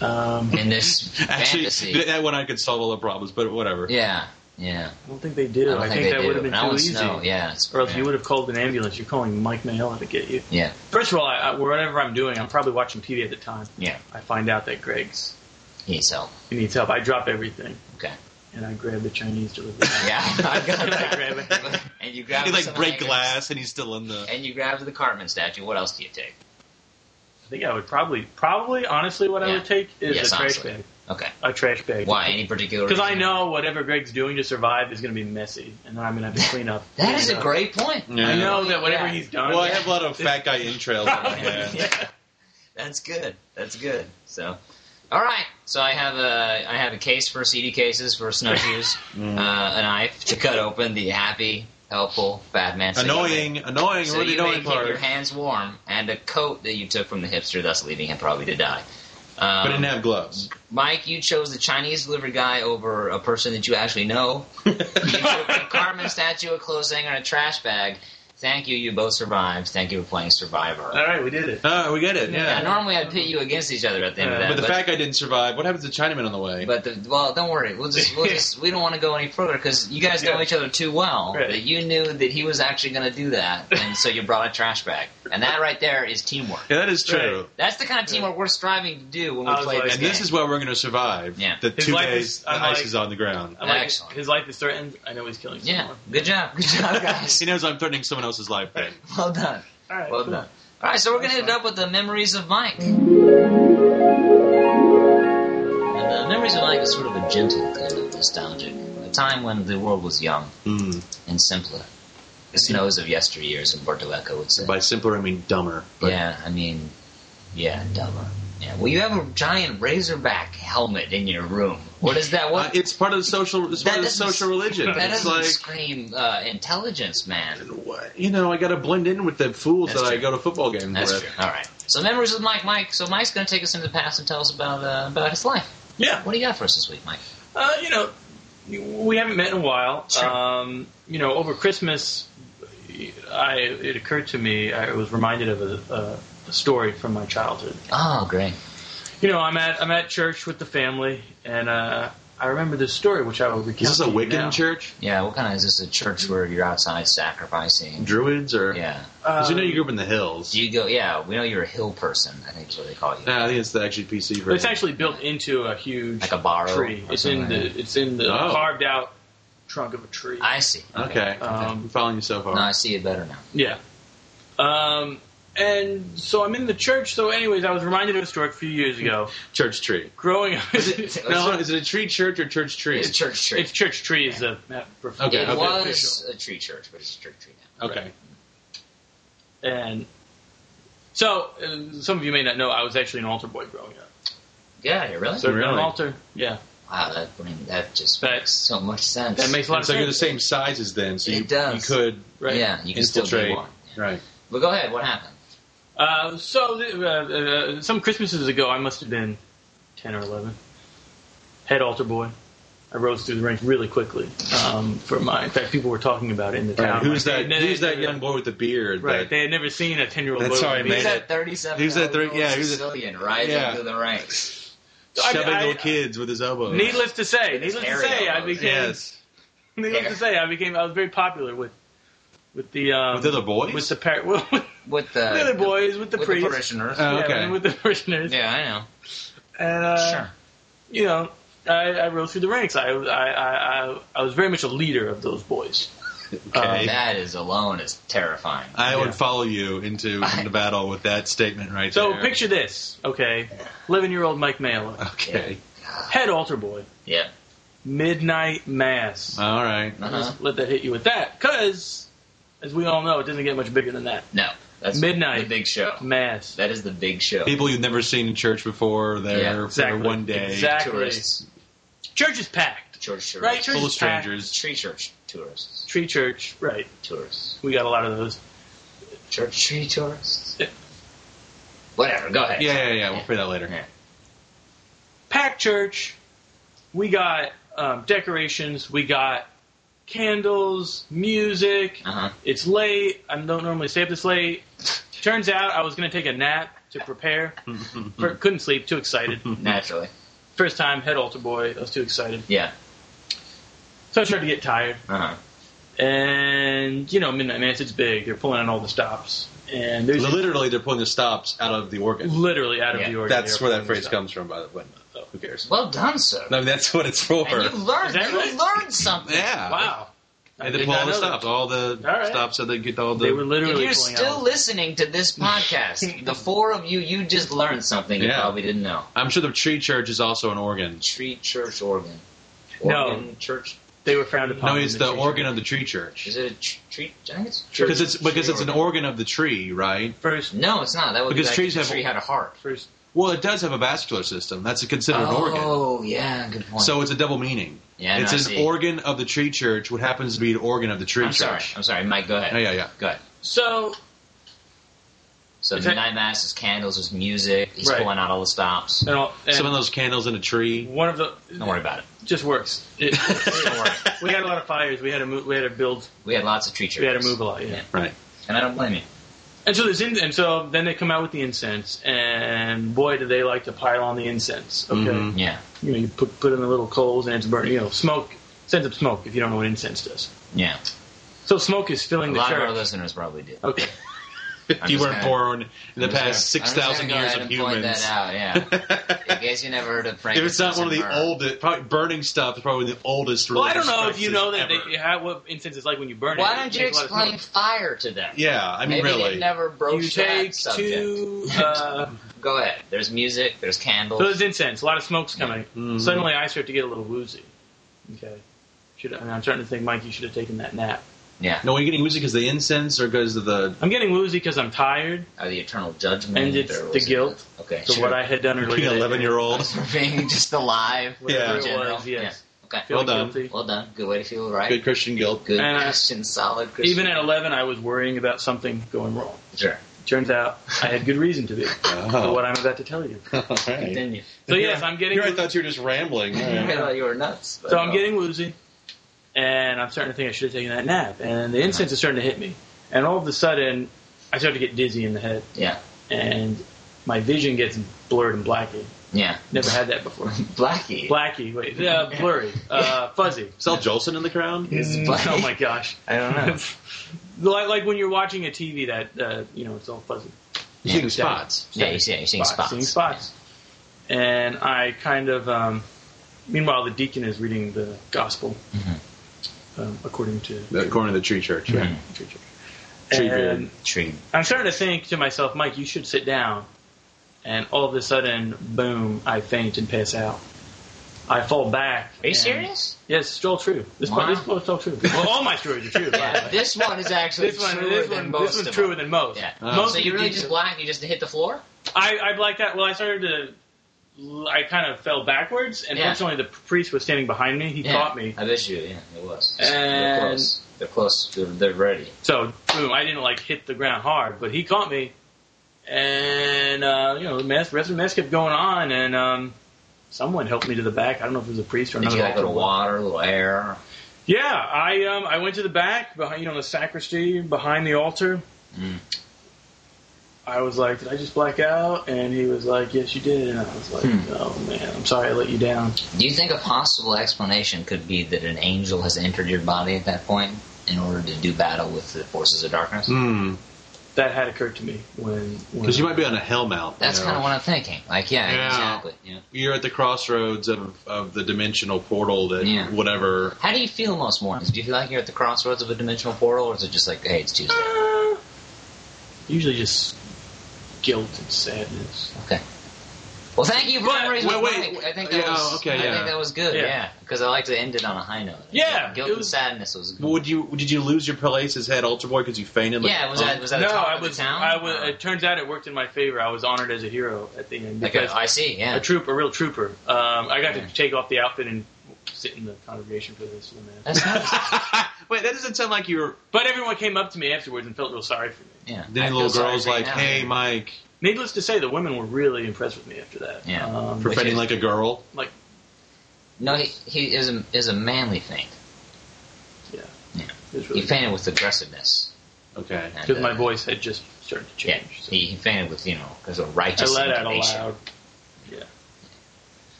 [SPEAKER 2] Um, I
[SPEAKER 1] In this
[SPEAKER 3] Actually,
[SPEAKER 1] fantasy.
[SPEAKER 3] th- that one I could solve all the problems, but whatever.
[SPEAKER 1] yeah, yeah.
[SPEAKER 2] don't think they do.
[SPEAKER 1] I don't
[SPEAKER 2] I,
[SPEAKER 1] think,
[SPEAKER 2] think,
[SPEAKER 1] they
[SPEAKER 2] that
[SPEAKER 1] do.
[SPEAKER 2] would have been
[SPEAKER 1] And I
[SPEAKER 2] too
[SPEAKER 1] want
[SPEAKER 2] easy.
[SPEAKER 1] snow. Yeah, it's,
[SPEAKER 2] Or else
[SPEAKER 1] yeah.
[SPEAKER 2] you would have called an ambulance. You're calling Mike Mayella to get you.
[SPEAKER 1] Yeah,
[SPEAKER 2] First of all, I, I, whatever I'm doing, I'm probably watching TV at the time.
[SPEAKER 1] yeah.
[SPEAKER 2] I find out that Greg's
[SPEAKER 1] He needs help.
[SPEAKER 2] he needs help. I drop everything
[SPEAKER 1] Okay.
[SPEAKER 2] and I grab the Chinese delivery.
[SPEAKER 1] Yeah, I got
[SPEAKER 2] I grab
[SPEAKER 1] that.
[SPEAKER 2] it.
[SPEAKER 1] and you grab
[SPEAKER 3] He
[SPEAKER 1] some
[SPEAKER 3] like break
[SPEAKER 1] hangers.
[SPEAKER 3] glass, and he's still in the.
[SPEAKER 1] And you grab the Cartman statue. What else do you take?
[SPEAKER 2] I think I would probably, probably, honestly, what I
[SPEAKER 1] Yeah.
[SPEAKER 2] would take is
[SPEAKER 1] Yes,
[SPEAKER 2] a trash
[SPEAKER 1] honestly.
[SPEAKER 2] bag.
[SPEAKER 1] Okay.
[SPEAKER 2] A trash bag.
[SPEAKER 1] Why? Any particular
[SPEAKER 2] Because I
[SPEAKER 1] reason?
[SPEAKER 2] know whatever Greg's doing to survive is going to be messy, and then I'm going to have to clean up.
[SPEAKER 1] That is
[SPEAKER 2] Clean
[SPEAKER 1] a
[SPEAKER 2] up.
[SPEAKER 1] great point.
[SPEAKER 3] Yeah.
[SPEAKER 2] I know that whatever
[SPEAKER 1] Yeah.
[SPEAKER 2] he's done.
[SPEAKER 3] Well, I have a lot of fat guy entrails. on my hands.
[SPEAKER 1] Yeah. That's good. That's good. So, all right. So I have a I have a case for CD cases for snowshoes,
[SPEAKER 3] Mm.
[SPEAKER 1] uh, a knife to cut open the happy, helpful fat man. So you
[SPEAKER 3] Annoying, annoying,
[SPEAKER 1] may- So
[SPEAKER 3] really
[SPEAKER 1] you may
[SPEAKER 3] annoying
[SPEAKER 1] keep
[SPEAKER 3] part.
[SPEAKER 1] your hands warm and a coat that you took from the hipster, thus leaving him probably to die. Um,
[SPEAKER 3] But didn't have gloves.
[SPEAKER 1] Mm. Mike, you chose the Chinese delivery guy over a person that you actually know. you took a Carmen statue, a clothes hanger, and a trash bag. Thank you. You both survived. Thank you for playing Survivor.
[SPEAKER 2] All right, we did it.
[SPEAKER 3] Ah, we get it.
[SPEAKER 1] Yeah,
[SPEAKER 3] Yeah.
[SPEAKER 1] normally I'd pit you against each other at the end of that.
[SPEAKER 2] Yeah,
[SPEAKER 3] But the
[SPEAKER 1] but,
[SPEAKER 3] fat guy didn't survive. What happens to Chinaman on the way?
[SPEAKER 1] but the, well, don't worry. We'll just, we'll just we don't want to go any further because you guys know
[SPEAKER 2] Yeah.
[SPEAKER 1] each other too well
[SPEAKER 2] Right.
[SPEAKER 1] that you knew that he was actually going to do that, and so you brought a trash bag, and that right there is teamwork.
[SPEAKER 3] yeah, that is true.
[SPEAKER 2] Right.
[SPEAKER 1] That's the kind of teamwork we're striving to do when
[SPEAKER 2] I
[SPEAKER 1] we
[SPEAKER 2] was
[SPEAKER 1] play
[SPEAKER 2] like-
[SPEAKER 1] this
[SPEAKER 3] And
[SPEAKER 1] game.
[SPEAKER 3] this is where we're going to survive.
[SPEAKER 1] Yeah.
[SPEAKER 3] The
[SPEAKER 2] His
[SPEAKER 3] two
[SPEAKER 2] life
[SPEAKER 3] days
[SPEAKER 2] is-
[SPEAKER 3] the
[SPEAKER 2] I
[SPEAKER 3] ice
[SPEAKER 2] like- oh
[SPEAKER 3] is on the ground.
[SPEAKER 2] I like
[SPEAKER 1] Excellent.
[SPEAKER 2] His life is threatened. I know he's killing
[SPEAKER 1] yeah,
[SPEAKER 2] someone.
[SPEAKER 1] good job, good job, guys.
[SPEAKER 3] He knows I'm threatening someone else's life. Then.
[SPEAKER 1] Well done.
[SPEAKER 2] All right.
[SPEAKER 1] Well
[SPEAKER 2] cool.
[SPEAKER 1] done. All right, so we're gonna end up with the memories of Mike. And the memories of Mike is sort of a gentle kind of nostalgic, a time when the world was young
[SPEAKER 3] Mm.
[SPEAKER 1] and simpler. The snows of yesteryear, as Umberto Eco would say.
[SPEAKER 3] By simpler, I mean dumber. But
[SPEAKER 1] yeah, I mean, yeah, dumber. Yeah. Well, you have a giant Razorback helmet in your room. What is that?
[SPEAKER 3] uh,
[SPEAKER 1] What?
[SPEAKER 3] it's part of the social. It's
[SPEAKER 1] That
[SPEAKER 3] part of the
[SPEAKER 1] doesn't-
[SPEAKER 3] social religion.
[SPEAKER 1] that
[SPEAKER 3] it's
[SPEAKER 1] doesn't
[SPEAKER 3] like
[SPEAKER 1] scream uh, intelligence, man.
[SPEAKER 3] you know, I got to blend in with the fools
[SPEAKER 1] That's
[SPEAKER 3] that I
[SPEAKER 1] true.
[SPEAKER 3] go to football games
[SPEAKER 1] That's
[SPEAKER 3] with.
[SPEAKER 1] true. All right. So memories with Mike. Mike. So Mike's going to take us into the past and tell us about uh, about his life.
[SPEAKER 2] Yeah.
[SPEAKER 1] What do you got for us this week, Mike?
[SPEAKER 2] Uh, you know, we haven't met in a while.
[SPEAKER 1] Sure.
[SPEAKER 2] Um, you know, over Christmas, I it occurred to me I was reminded of a, a, a story from my childhood.
[SPEAKER 1] Oh, great.
[SPEAKER 2] You know, I'm at I'm at church with the family, and uh, I remember this story, which I will recount.
[SPEAKER 3] Is this a
[SPEAKER 2] to you
[SPEAKER 3] Wiccan
[SPEAKER 2] now.
[SPEAKER 3] church?
[SPEAKER 1] Yeah. What kind of is this? A church where you're outside sacrificing?
[SPEAKER 3] Druids or?
[SPEAKER 1] Yeah.
[SPEAKER 3] Because you know
[SPEAKER 2] Um,
[SPEAKER 3] you grew up in the hills.
[SPEAKER 1] Do you go? Yeah. We know you're a hill person. I think is what they call you.
[SPEAKER 3] Nah, I think it's the actually PC version.
[SPEAKER 2] It's actually built into a huge
[SPEAKER 1] Like a barrow
[SPEAKER 2] tree.
[SPEAKER 1] or
[SPEAKER 2] It's in
[SPEAKER 1] something.
[SPEAKER 2] the it's in the
[SPEAKER 3] Oh.
[SPEAKER 2] carved out trunk of a tree.
[SPEAKER 1] I see.
[SPEAKER 3] okay.
[SPEAKER 2] Um,
[SPEAKER 3] I'm following you so far.
[SPEAKER 1] No, I see it better now.
[SPEAKER 2] Yeah. Um, and so I'm in the church. So, anyways, I was reminded of a story a few years ago.
[SPEAKER 3] Church tree.
[SPEAKER 2] Growing up, it's
[SPEAKER 1] it-
[SPEAKER 3] No, is it a tree church or church tree?
[SPEAKER 1] It's a church church.
[SPEAKER 2] church tree is a a prefer-
[SPEAKER 3] Okay,
[SPEAKER 1] it
[SPEAKER 3] okay.
[SPEAKER 1] was a tree church, but it's a church tree now.
[SPEAKER 3] okay.
[SPEAKER 2] and so uh, some of you may not know I was actually an altar boy growing up.
[SPEAKER 1] Yeah. you really?
[SPEAKER 2] So
[SPEAKER 3] Really?
[SPEAKER 2] an altar, yeah,
[SPEAKER 1] wow. That bring, that just
[SPEAKER 2] That-
[SPEAKER 1] makes so much sense.
[SPEAKER 2] that makes a lot
[SPEAKER 3] And
[SPEAKER 2] of
[SPEAKER 3] so
[SPEAKER 2] sense.
[SPEAKER 3] you're the same size as them, so
[SPEAKER 1] It
[SPEAKER 3] you,
[SPEAKER 1] does.
[SPEAKER 3] you could
[SPEAKER 2] right?
[SPEAKER 1] Yeah. You can still do
[SPEAKER 3] infiltrate.
[SPEAKER 1] one.
[SPEAKER 3] Right.
[SPEAKER 1] But go ahead. What happened?
[SPEAKER 2] Uh, so th- uh, uh, some Christmases ago, I must have been ten or eleven. Head altar boy. I rose through the ranks really quickly. Um, for my, in fact, people were talking about it in the
[SPEAKER 3] All
[SPEAKER 2] town.
[SPEAKER 3] right. Who's
[SPEAKER 2] Like,
[SPEAKER 3] that?
[SPEAKER 2] they-
[SPEAKER 3] Who's
[SPEAKER 2] they-
[SPEAKER 3] that young boy with the beard?
[SPEAKER 2] Right.
[SPEAKER 3] that-
[SPEAKER 2] They had never seen a ten year old.
[SPEAKER 3] That's how I made
[SPEAKER 1] Who's
[SPEAKER 3] it.
[SPEAKER 1] that 37?
[SPEAKER 3] Who's that thir- yeah, who's that-
[SPEAKER 1] Sicilian rising
[SPEAKER 3] yeah.
[SPEAKER 1] through the ranks.
[SPEAKER 3] shoving
[SPEAKER 2] I- I-
[SPEAKER 3] little kids with his elbows.
[SPEAKER 2] Needless to say, needless to
[SPEAKER 1] hairy
[SPEAKER 2] say, I
[SPEAKER 1] elbows.
[SPEAKER 2] became.
[SPEAKER 3] Yes.
[SPEAKER 2] Needless to say, I became. I was very popular with, with the um,
[SPEAKER 3] With other boys?
[SPEAKER 2] with the par- with, with
[SPEAKER 1] With the,
[SPEAKER 2] the other boys, with the
[SPEAKER 1] Uh, with
[SPEAKER 2] priests,
[SPEAKER 1] parishioners.
[SPEAKER 3] Oh,
[SPEAKER 2] yeah,
[SPEAKER 3] okay.
[SPEAKER 2] with the parishioners,
[SPEAKER 1] yeah, I know.
[SPEAKER 2] and uh,
[SPEAKER 1] sure.
[SPEAKER 2] you know, I, I rose through the ranks. I, I, I, I, I was very much a leader of those boys.
[SPEAKER 3] Okay.
[SPEAKER 2] Uh,
[SPEAKER 1] That is alone is terrifying.
[SPEAKER 3] I
[SPEAKER 2] yeah.
[SPEAKER 3] would follow you into the battle with that statement right
[SPEAKER 2] So
[SPEAKER 3] there.
[SPEAKER 2] picture this, okay? Eleven-year-old Mike Mailer,
[SPEAKER 3] Okay.
[SPEAKER 2] head altar boy,
[SPEAKER 1] Yeah.
[SPEAKER 2] midnight mass.
[SPEAKER 3] All right.
[SPEAKER 1] Uh-huh.
[SPEAKER 2] Just let that hit you with that, because as we all know, it doesn't get much bigger than that.
[SPEAKER 1] No. That's
[SPEAKER 2] Midnight.
[SPEAKER 1] The big show.
[SPEAKER 2] Mass.
[SPEAKER 1] That is the big show.
[SPEAKER 3] People you've never seen in church before there
[SPEAKER 1] Yeah,
[SPEAKER 2] exactly.
[SPEAKER 3] for one day.
[SPEAKER 2] Exactly.
[SPEAKER 1] Tourists.
[SPEAKER 2] Church is packed,
[SPEAKER 1] Church tourists.
[SPEAKER 2] right? Church
[SPEAKER 3] Full of
[SPEAKER 2] is packed.
[SPEAKER 3] strangers.
[SPEAKER 1] Tree church tourists.
[SPEAKER 2] Tree church, right?
[SPEAKER 1] Tourists.
[SPEAKER 2] We got a lot of those.
[SPEAKER 1] Church tree tourists.
[SPEAKER 2] Yeah.
[SPEAKER 1] Whatever. Go ahead.
[SPEAKER 3] Yeah, yeah, yeah. We'll figure that later.
[SPEAKER 1] Yeah.
[SPEAKER 2] Packed church. We got um, decorations. We got candles, music.
[SPEAKER 1] Uh-huh.
[SPEAKER 2] It's late. I don't normally stay up this late. Turns out I was going to take a nap to prepare. For, couldn't sleep. Too excited.
[SPEAKER 1] Naturally.
[SPEAKER 2] First time head altar boy. I was too excited.
[SPEAKER 1] Yeah.
[SPEAKER 2] So I started to get tired.
[SPEAKER 1] Uh-huh.
[SPEAKER 2] And you know, midnight mass. It's big. They're pulling out all the stops. And there's
[SPEAKER 3] Literally, they're pulling the stops out of the organ.
[SPEAKER 2] literally out of
[SPEAKER 1] Yeah.
[SPEAKER 2] the organ.
[SPEAKER 3] That's
[SPEAKER 2] They're
[SPEAKER 3] where
[SPEAKER 2] pulling
[SPEAKER 3] that phrase
[SPEAKER 2] the
[SPEAKER 3] comes from, by the way. Oh, who cares?
[SPEAKER 1] Well done, sir.
[SPEAKER 3] I mean, that's what it's for.
[SPEAKER 1] and you learned.
[SPEAKER 2] Is that
[SPEAKER 1] You
[SPEAKER 2] right?
[SPEAKER 1] learned something.
[SPEAKER 3] Yeah.
[SPEAKER 2] stops. Wow. I
[SPEAKER 3] And Uh, they
[SPEAKER 2] did
[SPEAKER 3] pull
[SPEAKER 2] not
[SPEAKER 3] all the
[SPEAKER 2] know that.
[SPEAKER 3] stops, all the
[SPEAKER 2] All right.
[SPEAKER 3] stops, so they get all the.
[SPEAKER 2] They were
[SPEAKER 1] If
[SPEAKER 2] literally
[SPEAKER 1] you're
[SPEAKER 2] pulling
[SPEAKER 1] still
[SPEAKER 2] out.
[SPEAKER 1] listening to this podcast, the four of you, you just learned something you
[SPEAKER 3] Yeah.
[SPEAKER 1] probably didn't know.
[SPEAKER 3] I'm sure the tree church is also an organ.
[SPEAKER 1] Tree church organ.
[SPEAKER 2] No.
[SPEAKER 1] Organ church.
[SPEAKER 2] They were frowned upon.
[SPEAKER 3] No, it's
[SPEAKER 2] in
[SPEAKER 3] the
[SPEAKER 2] church.
[SPEAKER 3] organ of the tree church
[SPEAKER 1] Is it a tr- tree? I think it's church.
[SPEAKER 3] because it's because
[SPEAKER 1] tree
[SPEAKER 3] it's an organ of the tree, right?
[SPEAKER 2] First,
[SPEAKER 1] No, it's not. That would
[SPEAKER 3] Because
[SPEAKER 1] be like
[SPEAKER 3] trees
[SPEAKER 1] if
[SPEAKER 3] have-
[SPEAKER 1] the tree had a heart.
[SPEAKER 2] first.
[SPEAKER 3] Well, it does have a vascular system. That's considered an organ.
[SPEAKER 1] Oh, yeah, good point.
[SPEAKER 3] So it's a double meaning.
[SPEAKER 1] Yeah, no,
[SPEAKER 3] it's
[SPEAKER 1] I
[SPEAKER 3] an
[SPEAKER 1] see.
[SPEAKER 3] organ of the tree church. What happens to be an organ of the tree
[SPEAKER 1] I'm sorry.
[SPEAKER 3] church?
[SPEAKER 1] I'm sorry, Mike. Go ahead.
[SPEAKER 3] Oh, yeah, yeah.
[SPEAKER 1] Go ahead.
[SPEAKER 2] So
[SPEAKER 1] So
[SPEAKER 2] Is
[SPEAKER 1] the
[SPEAKER 2] that-
[SPEAKER 1] midnight mass, there's candles, there's music. He's
[SPEAKER 2] Right.
[SPEAKER 1] pulling out all the stops.
[SPEAKER 2] and, all, and
[SPEAKER 3] Some of those candles in a tree.
[SPEAKER 2] one of the
[SPEAKER 1] Don't worry about it.
[SPEAKER 2] just works. It,
[SPEAKER 1] Don't worry.
[SPEAKER 2] we had a lot of fires. We had to move. We had to build.
[SPEAKER 1] We had lots of tree churches.
[SPEAKER 2] We had to move a lot. Yeah.
[SPEAKER 1] Yeah.
[SPEAKER 3] Right.
[SPEAKER 1] And I don't blame you.
[SPEAKER 2] And so there's in, and so then they come out with the incense, and boy, do they like to pile on the incense. Okay.
[SPEAKER 3] Mhm.
[SPEAKER 1] Yeah.
[SPEAKER 2] You know, you put put in the little coals, and it's burning. You know, smoke sends up smoke. If you don't know what incense does,
[SPEAKER 1] Yeah.
[SPEAKER 2] so smoke is filling
[SPEAKER 1] A
[SPEAKER 2] the
[SPEAKER 1] lot of
[SPEAKER 2] church.
[SPEAKER 1] our listeners probably do.
[SPEAKER 2] Okay.
[SPEAKER 1] I'm
[SPEAKER 3] you
[SPEAKER 1] just
[SPEAKER 3] weren't
[SPEAKER 1] gonna-
[SPEAKER 3] born in the
[SPEAKER 1] I'm just
[SPEAKER 3] past
[SPEAKER 1] gonna-
[SPEAKER 3] six
[SPEAKER 1] I'm just
[SPEAKER 3] thousand
[SPEAKER 1] gonna go
[SPEAKER 3] years
[SPEAKER 1] ahead
[SPEAKER 3] of
[SPEAKER 1] and point
[SPEAKER 3] humans.
[SPEAKER 1] that out, yeah. In case you never heard of
[SPEAKER 3] If it's
[SPEAKER 1] frankincense
[SPEAKER 3] not one of
[SPEAKER 1] and
[SPEAKER 3] the
[SPEAKER 1] myrrh.
[SPEAKER 3] oldest, probably burning stuff is probably the oldest.
[SPEAKER 2] Well, I don't
[SPEAKER 3] religious
[SPEAKER 2] know if you
[SPEAKER 3] practices
[SPEAKER 2] know that
[SPEAKER 3] ever.
[SPEAKER 2] they, how, what incense is like when you burn it.
[SPEAKER 1] Why
[SPEAKER 2] It
[SPEAKER 1] don't you
[SPEAKER 2] makes a lot of
[SPEAKER 1] explain
[SPEAKER 2] smoke.
[SPEAKER 1] fire to them?
[SPEAKER 3] yeah, I
[SPEAKER 1] Maybe
[SPEAKER 3] mean, really.
[SPEAKER 1] they never broached
[SPEAKER 2] You take
[SPEAKER 1] that subject.
[SPEAKER 2] two. Uh,
[SPEAKER 1] Go ahead. There's music. There's candles.
[SPEAKER 2] so there's incense. A lot of smoke's coming.
[SPEAKER 3] Mhm.
[SPEAKER 2] Suddenly, I start to get a little woozy. Okay. Should I, I'm starting to think, Mike, you should have taken that nap.
[SPEAKER 1] yeah.
[SPEAKER 3] No, are you getting woozy because the incense or because of the?
[SPEAKER 2] I'm getting woozy because I'm tired.
[SPEAKER 1] Or uh, the eternal judgment.
[SPEAKER 2] And it's
[SPEAKER 1] or
[SPEAKER 2] the
[SPEAKER 1] was it-
[SPEAKER 2] guilt.
[SPEAKER 1] Okay.
[SPEAKER 2] So
[SPEAKER 1] sure.
[SPEAKER 2] what I had done earlier.
[SPEAKER 3] Being
[SPEAKER 2] that
[SPEAKER 3] an eleven-year-old.
[SPEAKER 1] for being just alive.
[SPEAKER 2] whatever
[SPEAKER 3] Yeah.
[SPEAKER 1] in
[SPEAKER 2] it
[SPEAKER 1] general.
[SPEAKER 2] was, yes.
[SPEAKER 1] Yeah. Okay.
[SPEAKER 2] Feeling
[SPEAKER 3] Well done.
[SPEAKER 2] guilty.
[SPEAKER 1] Well done. Good way to feel right.
[SPEAKER 3] Good Christian guilt.
[SPEAKER 1] Good
[SPEAKER 2] And I-
[SPEAKER 1] Christian, solid Christian.
[SPEAKER 2] Even at 11, I was worrying about something going wrong.
[SPEAKER 1] sure.
[SPEAKER 2] Turns out I had good reason to be. For
[SPEAKER 3] Oh.
[SPEAKER 2] what I'm about to tell you.
[SPEAKER 3] All right.
[SPEAKER 1] Continue.
[SPEAKER 2] So yes, I'm getting.
[SPEAKER 3] Here I thought you were just rambling. All
[SPEAKER 1] I
[SPEAKER 3] right.
[SPEAKER 1] thought you were nuts. but uh,
[SPEAKER 2] So I'm
[SPEAKER 1] no.
[SPEAKER 2] getting woozy, and I'm starting to think I should have taken that nap. And the incense is starting to hit me, and all of a sudden, I start to get dizzy in the head,
[SPEAKER 1] Yeah.
[SPEAKER 2] and my vision gets blurred and blacky.
[SPEAKER 1] Yeah.
[SPEAKER 2] Never had that before.
[SPEAKER 1] Blackie.
[SPEAKER 2] Blacky, wait, uh, blurry, uh, fuzzy.
[SPEAKER 3] Sell Jolson in the crown?
[SPEAKER 1] Is
[SPEAKER 3] Mm.
[SPEAKER 1] black-
[SPEAKER 2] Oh my gosh!
[SPEAKER 1] I don't know.
[SPEAKER 2] Like, like when you're watching a TV that uh, you know it's all fuzzy.
[SPEAKER 3] You're Shooting spots.
[SPEAKER 1] yeah, you're seeing, you're seeing spots.
[SPEAKER 2] Seeing spots. And I kind of, um, meanwhile, the deacon is reading the gospel
[SPEAKER 1] Mm-hmm.
[SPEAKER 2] um, according to
[SPEAKER 3] According to the tree church. Yeah.
[SPEAKER 2] Tree Church.
[SPEAKER 3] Tree
[SPEAKER 2] And
[SPEAKER 1] Tree.
[SPEAKER 2] I'm starting to think to myself, Mike, you should sit down. And all of a sudden, boom, I faint and pass out. I fall back.
[SPEAKER 1] Are you
[SPEAKER 2] and-
[SPEAKER 1] serious?
[SPEAKER 2] Yes, it's all true. This
[SPEAKER 1] Wow.
[SPEAKER 2] part, this part's all true. Well, all my stories are true. by the
[SPEAKER 1] Yeah,
[SPEAKER 2] way.
[SPEAKER 1] this one is actually
[SPEAKER 2] This one,
[SPEAKER 1] truer
[SPEAKER 2] this
[SPEAKER 1] than
[SPEAKER 2] one,
[SPEAKER 1] most
[SPEAKER 2] this one's
[SPEAKER 1] of
[SPEAKER 2] truer
[SPEAKER 1] them.
[SPEAKER 2] than most.
[SPEAKER 1] Yeah.
[SPEAKER 3] Oh.
[SPEAKER 2] Most
[SPEAKER 1] So
[SPEAKER 2] of
[SPEAKER 1] you
[SPEAKER 2] the
[SPEAKER 1] really
[SPEAKER 2] deacons-
[SPEAKER 1] just black? You just hit the floor?
[SPEAKER 2] I, I blacked out. Well, I started to. I kind of fell backwards, and
[SPEAKER 1] Yeah.
[SPEAKER 2] fortunately, the priest was standing behind me. He
[SPEAKER 1] Yeah.
[SPEAKER 2] caught me.
[SPEAKER 1] I bet you. Yeah, it was. they're
[SPEAKER 2] And-
[SPEAKER 1] close. They're close. They're, they're ready.
[SPEAKER 2] So, boom, I didn't like hit the ground hard, but he caught me. And, uh, you know, the mess, rest of the mess kept going on, and um, someone helped me to the back. I don't know if it was a priest or
[SPEAKER 1] Did
[SPEAKER 2] another
[SPEAKER 1] you like a
[SPEAKER 2] altar
[SPEAKER 1] little
[SPEAKER 2] boy.
[SPEAKER 1] water, a little air?
[SPEAKER 2] Yeah, I um, I went to the back behind you know the sacristy behind the altar.
[SPEAKER 1] Mm.
[SPEAKER 2] I was like, did I just black out? And he was like, yes, you did. And I was like,
[SPEAKER 1] Hmm.
[SPEAKER 2] oh man, I'm sorry I let you down.
[SPEAKER 1] Do you think a possible explanation could be that an angel has entered your body at that point in order to do battle with the forces of darkness?
[SPEAKER 3] Hmm.
[SPEAKER 2] That had occurred to me when when
[SPEAKER 3] Because you might be on a hell mount.
[SPEAKER 1] That's
[SPEAKER 3] you know.
[SPEAKER 1] kind of what I'm thinking. Like, yeah,
[SPEAKER 3] Yeah.
[SPEAKER 1] exactly. Yeah.
[SPEAKER 3] You're at the crossroads of, of the dimensional portal that
[SPEAKER 1] Yeah.
[SPEAKER 3] whatever.
[SPEAKER 1] How do you feel most mornings? Do you feel like you're at the crossroads of a dimensional portal, or is it just like, hey, it's Tuesday?
[SPEAKER 2] Uh, usually just guilt and sadness.
[SPEAKER 1] Okay. Well, thank you for
[SPEAKER 2] But-
[SPEAKER 1] memories.
[SPEAKER 3] wait,
[SPEAKER 1] with
[SPEAKER 3] wait,
[SPEAKER 1] Mike. I think that
[SPEAKER 3] yeah,
[SPEAKER 1] was
[SPEAKER 3] okay,
[SPEAKER 1] I
[SPEAKER 3] yeah.
[SPEAKER 1] think that was good.
[SPEAKER 2] Yeah.
[SPEAKER 1] Yeah, because I like to end it on a high note.
[SPEAKER 2] Yeah,
[SPEAKER 1] guilt
[SPEAKER 2] it
[SPEAKER 1] and
[SPEAKER 2] was-
[SPEAKER 1] sadness was good.
[SPEAKER 3] Would you did you lose your place as head altar boy because you fainted? Like,
[SPEAKER 1] yeah, was
[SPEAKER 3] oh,
[SPEAKER 1] that was that
[SPEAKER 2] No,
[SPEAKER 1] a talk
[SPEAKER 2] I
[SPEAKER 1] of the
[SPEAKER 2] was.
[SPEAKER 1] town? Oh.
[SPEAKER 2] I was.
[SPEAKER 1] Or-
[SPEAKER 2] It turns out it worked in my favor. I was honored as a hero at the end
[SPEAKER 1] Like a-
[SPEAKER 2] because
[SPEAKER 1] I see.
[SPEAKER 2] a
[SPEAKER 1] Yeah.
[SPEAKER 2] troop, a real trooper. Um, I got
[SPEAKER 1] Yeah.
[SPEAKER 2] to take off the outfit and sit in the congregation for this one, man.
[SPEAKER 1] That's nice.
[SPEAKER 3] Wait, that doesn't sound like you're.
[SPEAKER 2] But everyone came up to me afterwards and felt real sorry for me.
[SPEAKER 1] Yeah. I
[SPEAKER 3] Then
[SPEAKER 1] feel
[SPEAKER 3] little
[SPEAKER 1] sorry
[SPEAKER 3] girl's
[SPEAKER 1] for you
[SPEAKER 3] like,
[SPEAKER 1] now.
[SPEAKER 3] "Hey, Mike,
[SPEAKER 2] Needless to say, the women were really impressed with me after that.
[SPEAKER 1] Yeah.
[SPEAKER 2] Um,
[SPEAKER 3] for
[SPEAKER 1] Which
[SPEAKER 3] fainting
[SPEAKER 1] is-
[SPEAKER 3] like a girl."
[SPEAKER 2] like,
[SPEAKER 1] No, he, he is a, is a manly faint.
[SPEAKER 2] yeah,
[SPEAKER 1] Yeah.
[SPEAKER 2] it was
[SPEAKER 1] He
[SPEAKER 2] really
[SPEAKER 1] fainted with aggressive
[SPEAKER 3] Okay.
[SPEAKER 2] because my voice had just started to
[SPEAKER 1] uh, Yeah,
[SPEAKER 2] change. so.
[SPEAKER 1] he, he fainted with you know because of
[SPEAKER 2] I
[SPEAKER 1] righteous.
[SPEAKER 2] let out a
[SPEAKER 1] indignation.
[SPEAKER 2] loud.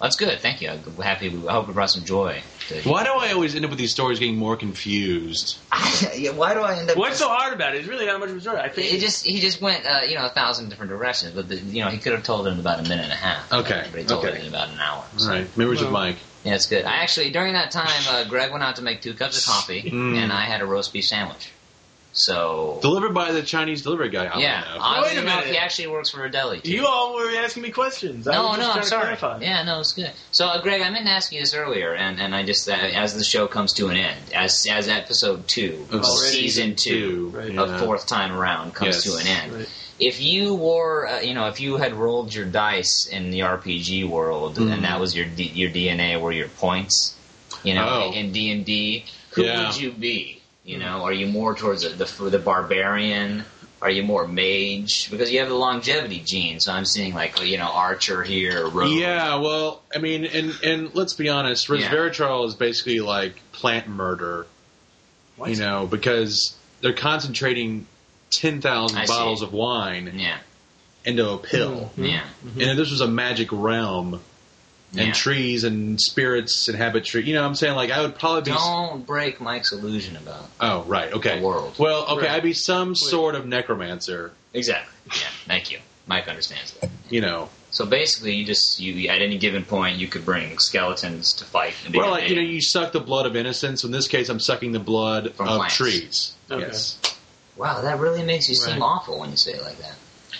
[SPEAKER 1] That's good. Thank you. I'm happy. We, I hope we brought some joy. To
[SPEAKER 3] Why do I always end up with these stories getting more confused?
[SPEAKER 1] yeah, why do I end up?
[SPEAKER 2] What's so hard about it? It's really not much of a story. I think
[SPEAKER 1] He just he just went uh, you know a thousand different directions, but the, you know he could have told it in about a minute and a half.
[SPEAKER 3] Okay,
[SPEAKER 1] but he told
[SPEAKER 3] okay.
[SPEAKER 1] it in about an hour.
[SPEAKER 3] All right, memories with
[SPEAKER 2] Well-
[SPEAKER 3] Mike.
[SPEAKER 1] Yeah, it's good. I actually during that time, uh, Greg went out to make two cups of coffee,
[SPEAKER 3] Mm.
[SPEAKER 1] and I had a roast beef sandwich. So
[SPEAKER 3] Delivered by the Chinese delivery guy. I
[SPEAKER 1] yeah,
[SPEAKER 3] don't know.
[SPEAKER 1] oddly
[SPEAKER 2] Wait a
[SPEAKER 1] enough, he
[SPEAKER 2] minute.
[SPEAKER 1] actually works for a deli. Too.
[SPEAKER 2] you all were asking me questions. I
[SPEAKER 1] No,
[SPEAKER 2] was just
[SPEAKER 1] no,
[SPEAKER 2] trying
[SPEAKER 1] I'm
[SPEAKER 2] to
[SPEAKER 1] sorry.
[SPEAKER 2] Clarify.
[SPEAKER 1] Yeah, no, it's good. So, uh, Greg, I meant to ask you this earlier, and, and I just uh, as the show comes to an end, as as episode two,
[SPEAKER 3] Of
[SPEAKER 1] of season two,
[SPEAKER 2] Right.
[SPEAKER 1] of
[SPEAKER 3] Yeah.
[SPEAKER 1] fourth time around comes
[SPEAKER 3] Yes.
[SPEAKER 1] to an end.
[SPEAKER 2] Right.
[SPEAKER 1] If you were, uh, you know, if you had rolled your dice in the RPG world,
[SPEAKER 3] Mm-hmm.
[SPEAKER 1] and that was your D- your DNA were your points, you know,
[SPEAKER 3] Oh.
[SPEAKER 1] in D and D, who
[SPEAKER 3] Yeah. Mm.
[SPEAKER 1] would you be? You know, are you more towards the the, the barbarian? Are you more mage? Because you have the longevity gene, so I'm seeing like you know archer here, rogue.
[SPEAKER 3] Yeah, well, I mean, and and let's be honest,
[SPEAKER 1] Yeah.
[SPEAKER 3] resveratrol is basically like plant murder,
[SPEAKER 2] What?
[SPEAKER 3] you know, because they're concentrating ten
[SPEAKER 1] I
[SPEAKER 3] thousand
[SPEAKER 1] see.
[SPEAKER 3] bottles of wine
[SPEAKER 1] yeah,
[SPEAKER 3] into a pill,
[SPEAKER 1] yeah.
[SPEAKER 3] and if this was a magic realm, and
[SPEAKER 1] Hmm. Yeah.
[SPEAKER 3] trees and spirits inhabit tree. You know what I'm saying? Like I would probably be
[SPEAKER 1] Don't break Mike's illusion about
[SPEAKER 3] Oh, right. Okay.
[SPEAKER 1] The world.
[SPEAKER 3] Well, okay,
[SPEAKER 2] Right.
[SPEAKER 3] I'd be some sort of necromancer,
[SPEAKER 1] exactly. Yeah, thank you. Mike understands that.
[SPEAKER 3] you know.
[SPEAKER 1] So basically, you just you at any given point you could bring skeletons to fight. And be
[SPEAKER 3] Well, like, you know,
[SPEAKER 1] invaded.
[SPEAKER 3] you suck the blood of innocence. In this case, I'm sucking the blood
[SPEAKER 1] From
[SPEAKER 3] of
[SPEAKER 1] plants.
[SPEAKER 3] trees.
[SPEAKER 2] Okay.
[SPEAKER 3] Yes.
[SPEAKER 1] wow, that really makes you seem
[SPEAKER 2] Right.
[SPEAKER 1] awful when you say it like that.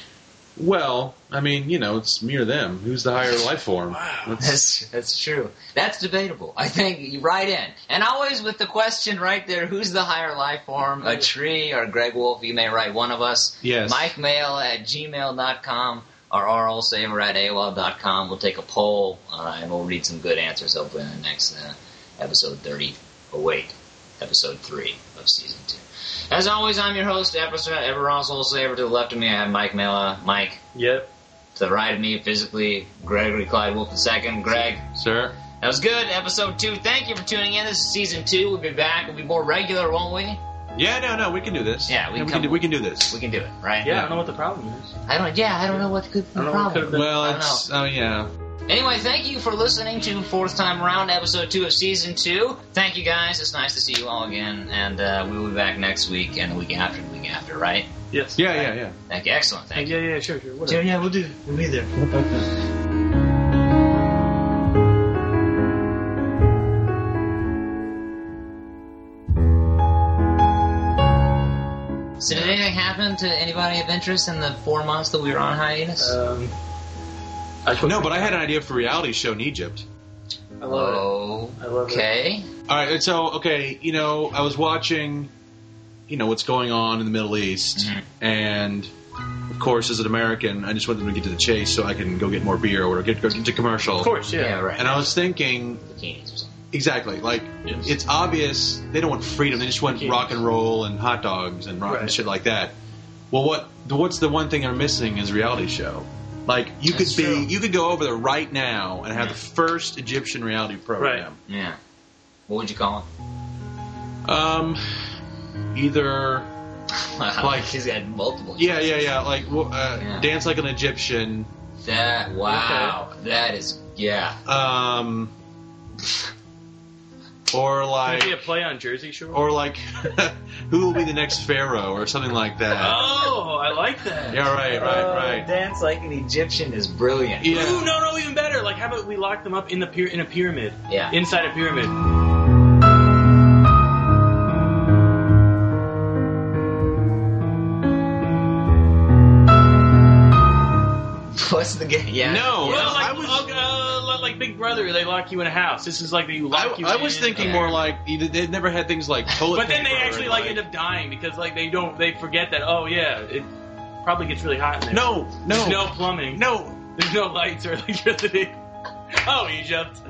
[SPEAKER 3] Well, I mean, you know, it's me or them. Who's the higher life form? That's-
[SPEAKER 1] That's that's true. That's debatable. I think you right in, and always with the question right there: who's the higher life form, a tree or Greg Wolf? You may write one of us.
[SPEAKER 3] Yes.
[SPEAKER 1] Mike Mail at gmail.com or rlsaver at AOL.com. We'll take a poll uh, and we'll read some good answers hopefully in the next uh, episode 30. Oh, wait, episode 3 of season 2. As always, I'm your host, Episode Ever Ross Saver. To the left of me, I have Mike Mela. Mike,
[SPEAKER 2] Yep.
[SPEAKER 1] to the right of me, physically, Gregory Clyde Wolf II. Greg,
[SPEAKER 3] Sir?
[SPEAKER 1] that was good. Episode 2. Thank you for tuning in. This is season 2. We'll be back. We'll be more regular, won't we?
[SPEAKER 3] Yeah, no, no, we can do this.
[SPEAKER 1] Yeah, we
[SPEAKER 3] we
[SPEAKER 1] can
[SPEAKER 3] can
[SPEAKER 1] come-
[SPEAKER 3] do, we can do this.
[SPEAKER 1] We can do it, right?
[SPEAKER 2] Yeah, I don't know what the problem is.
[SPEAKER 1] I don't. Yeah, I don't know what could be the
[SPEAKER 2] I don't know
[SPEAKER 1] problem.
[SPEAKER 2] what could've been-
[SPEAKER 3] Well,
[SPEAKER 1] I don't
[SPEAKER 3] it's oh yeah.
[SPEAKER 1] Anyway, thank you for listening to Fourth Time Around, Episode 2 of Season 2. Thank you guys. It's nice to see you all again. And uh, we will be back next week and the week after and the week after, right?
[SPEAKER 2] Yes.
[SPEAKER 3] Yeah, yeah, yeah.
[SPEAKER 1] Thank you. Excellent. Thank you.
[SPEAKER 2] Yeah, yeah, sure, sure. Whatever.
[SPEAKER 1] Yeah, yeah, we'll do. We'll be there. So did anything happen to anybody of interest in the four months that we were on hiatus?
[SPEAKER 2] Um, I
[SPEAKER 3] No, but I had an idea for a reality show in Egypt.
[SPEAKER 2] I love I love
[SPEAKER 1] Oh,
[SPEAKER 2] it.
[SPEAKER 1] okay.
[SPEAKER 3] All right, and so okay, you know, I was watching, you know, what's going on in the Middle East,
[SPEAKER 1] Mhm.
[SPEAKER 3] and of course, as an American, I just wanted them to get to the chase so I can go get more beer or get, go get to commercial.
[SPEAKER 2] Of course, yeah.
[SPEAKER 1] Yeah, right.
[SPEAKER 3] And I was thinking,
[SPEAKER 1] bikinis or something.
[SPEAKER 3] exactly, like
[SPEAKER 2] Yes.
[SPEAKER 3] it's obvious they don't want freedom; they just want
[SPEAKER 2] Yes.
[SPEAKER 3] rock and roll and hot dogs and rock and
[SPEAKER 2] Right.
[SPEAKER 3] shit like that. Well, what the, what's the one thing they're missing is a reality show. Like you
[SPEAKER 1] That's
[SPEAKER 3] could be,
[SPEAKER 1] true.
[SPEAKER 3] you could go over there right now and have
[SPEAKER 1] Yeah.
[SPEAKER 3] the first Egyptian reality program.
[SPEAKER 2] Right.
[SPEAKER 1] Yeah. What would you call
[SPEAKER 3] Um, either
[SPEAKER 1] him?
[SPEAKER 3] Like-
[SPEAKER 1] he's got multiple.
[SPEAKER 3] yeah, yeah, yeah, like w- uh,
[SPEAKER 1] Yeah.
[SPEAKER 3] dance like an Egyptian.
[SPEAKER 1] That wow. That is yeah.
[SPEAKER 3] Um, or
[SPEAKER 2] Could it be a
[SPEAKER 3] like,
[SPEAKER 2] play on Jersey Shore?
[SPEAKER 3] or like, who will be the next pharaoh or something like that.
[SPEAKER 2] oh, I like that.
[SPEAKER 3] Yeah, right,
[SPEAKER 1] Oh,
[SPEAKER 3] right, right.
[SPEAKER 1] Dance like an Egyptian is brilliant.
[SPEAKER 3] Yeah.
[SPEAKER 2] Ooh, no, no, even better. Like, how about we lock them up in the pyra- in a pyramid,
[SPEAKER 1] Yeah.
[SPEAKER 2] inside a pyramid?
[SPEAKER 3] Oh,
[SPEAKER 1] What's the game? Yeah.
[SPEAKER 3] No,
[SPEAKER 1] Yeah.
[SPEAKER 2] Well, like,
[SPEAKER 3] I was-
[SPEAKER 2] uh, like- like Big Brother, they lock you in a house. This is like they lock you.
[SPEAKER 3] I, I was
[SPEAKER 2] in.
[SPEAKER 3] thinking
[SPEAKER 1] Yeah.
[SPEAKER 3] more like either- they never had things like toilet.
[SPEAKER 2] but then they
[SPEAKER 3] paper
[SPEAKER 2] actually
[SPEAKER 3] and,
[SPEAKER 2] like end up dying because like they don't they forget that oh yeah it probably gets really hot in there.
[SPEAKER 3] No, no,
[SPEAKER 2] There's no plumbing.
[SPEAKER 3] no.
[SPEAKER 2] There's no lights or electricity. Oh, Egypt.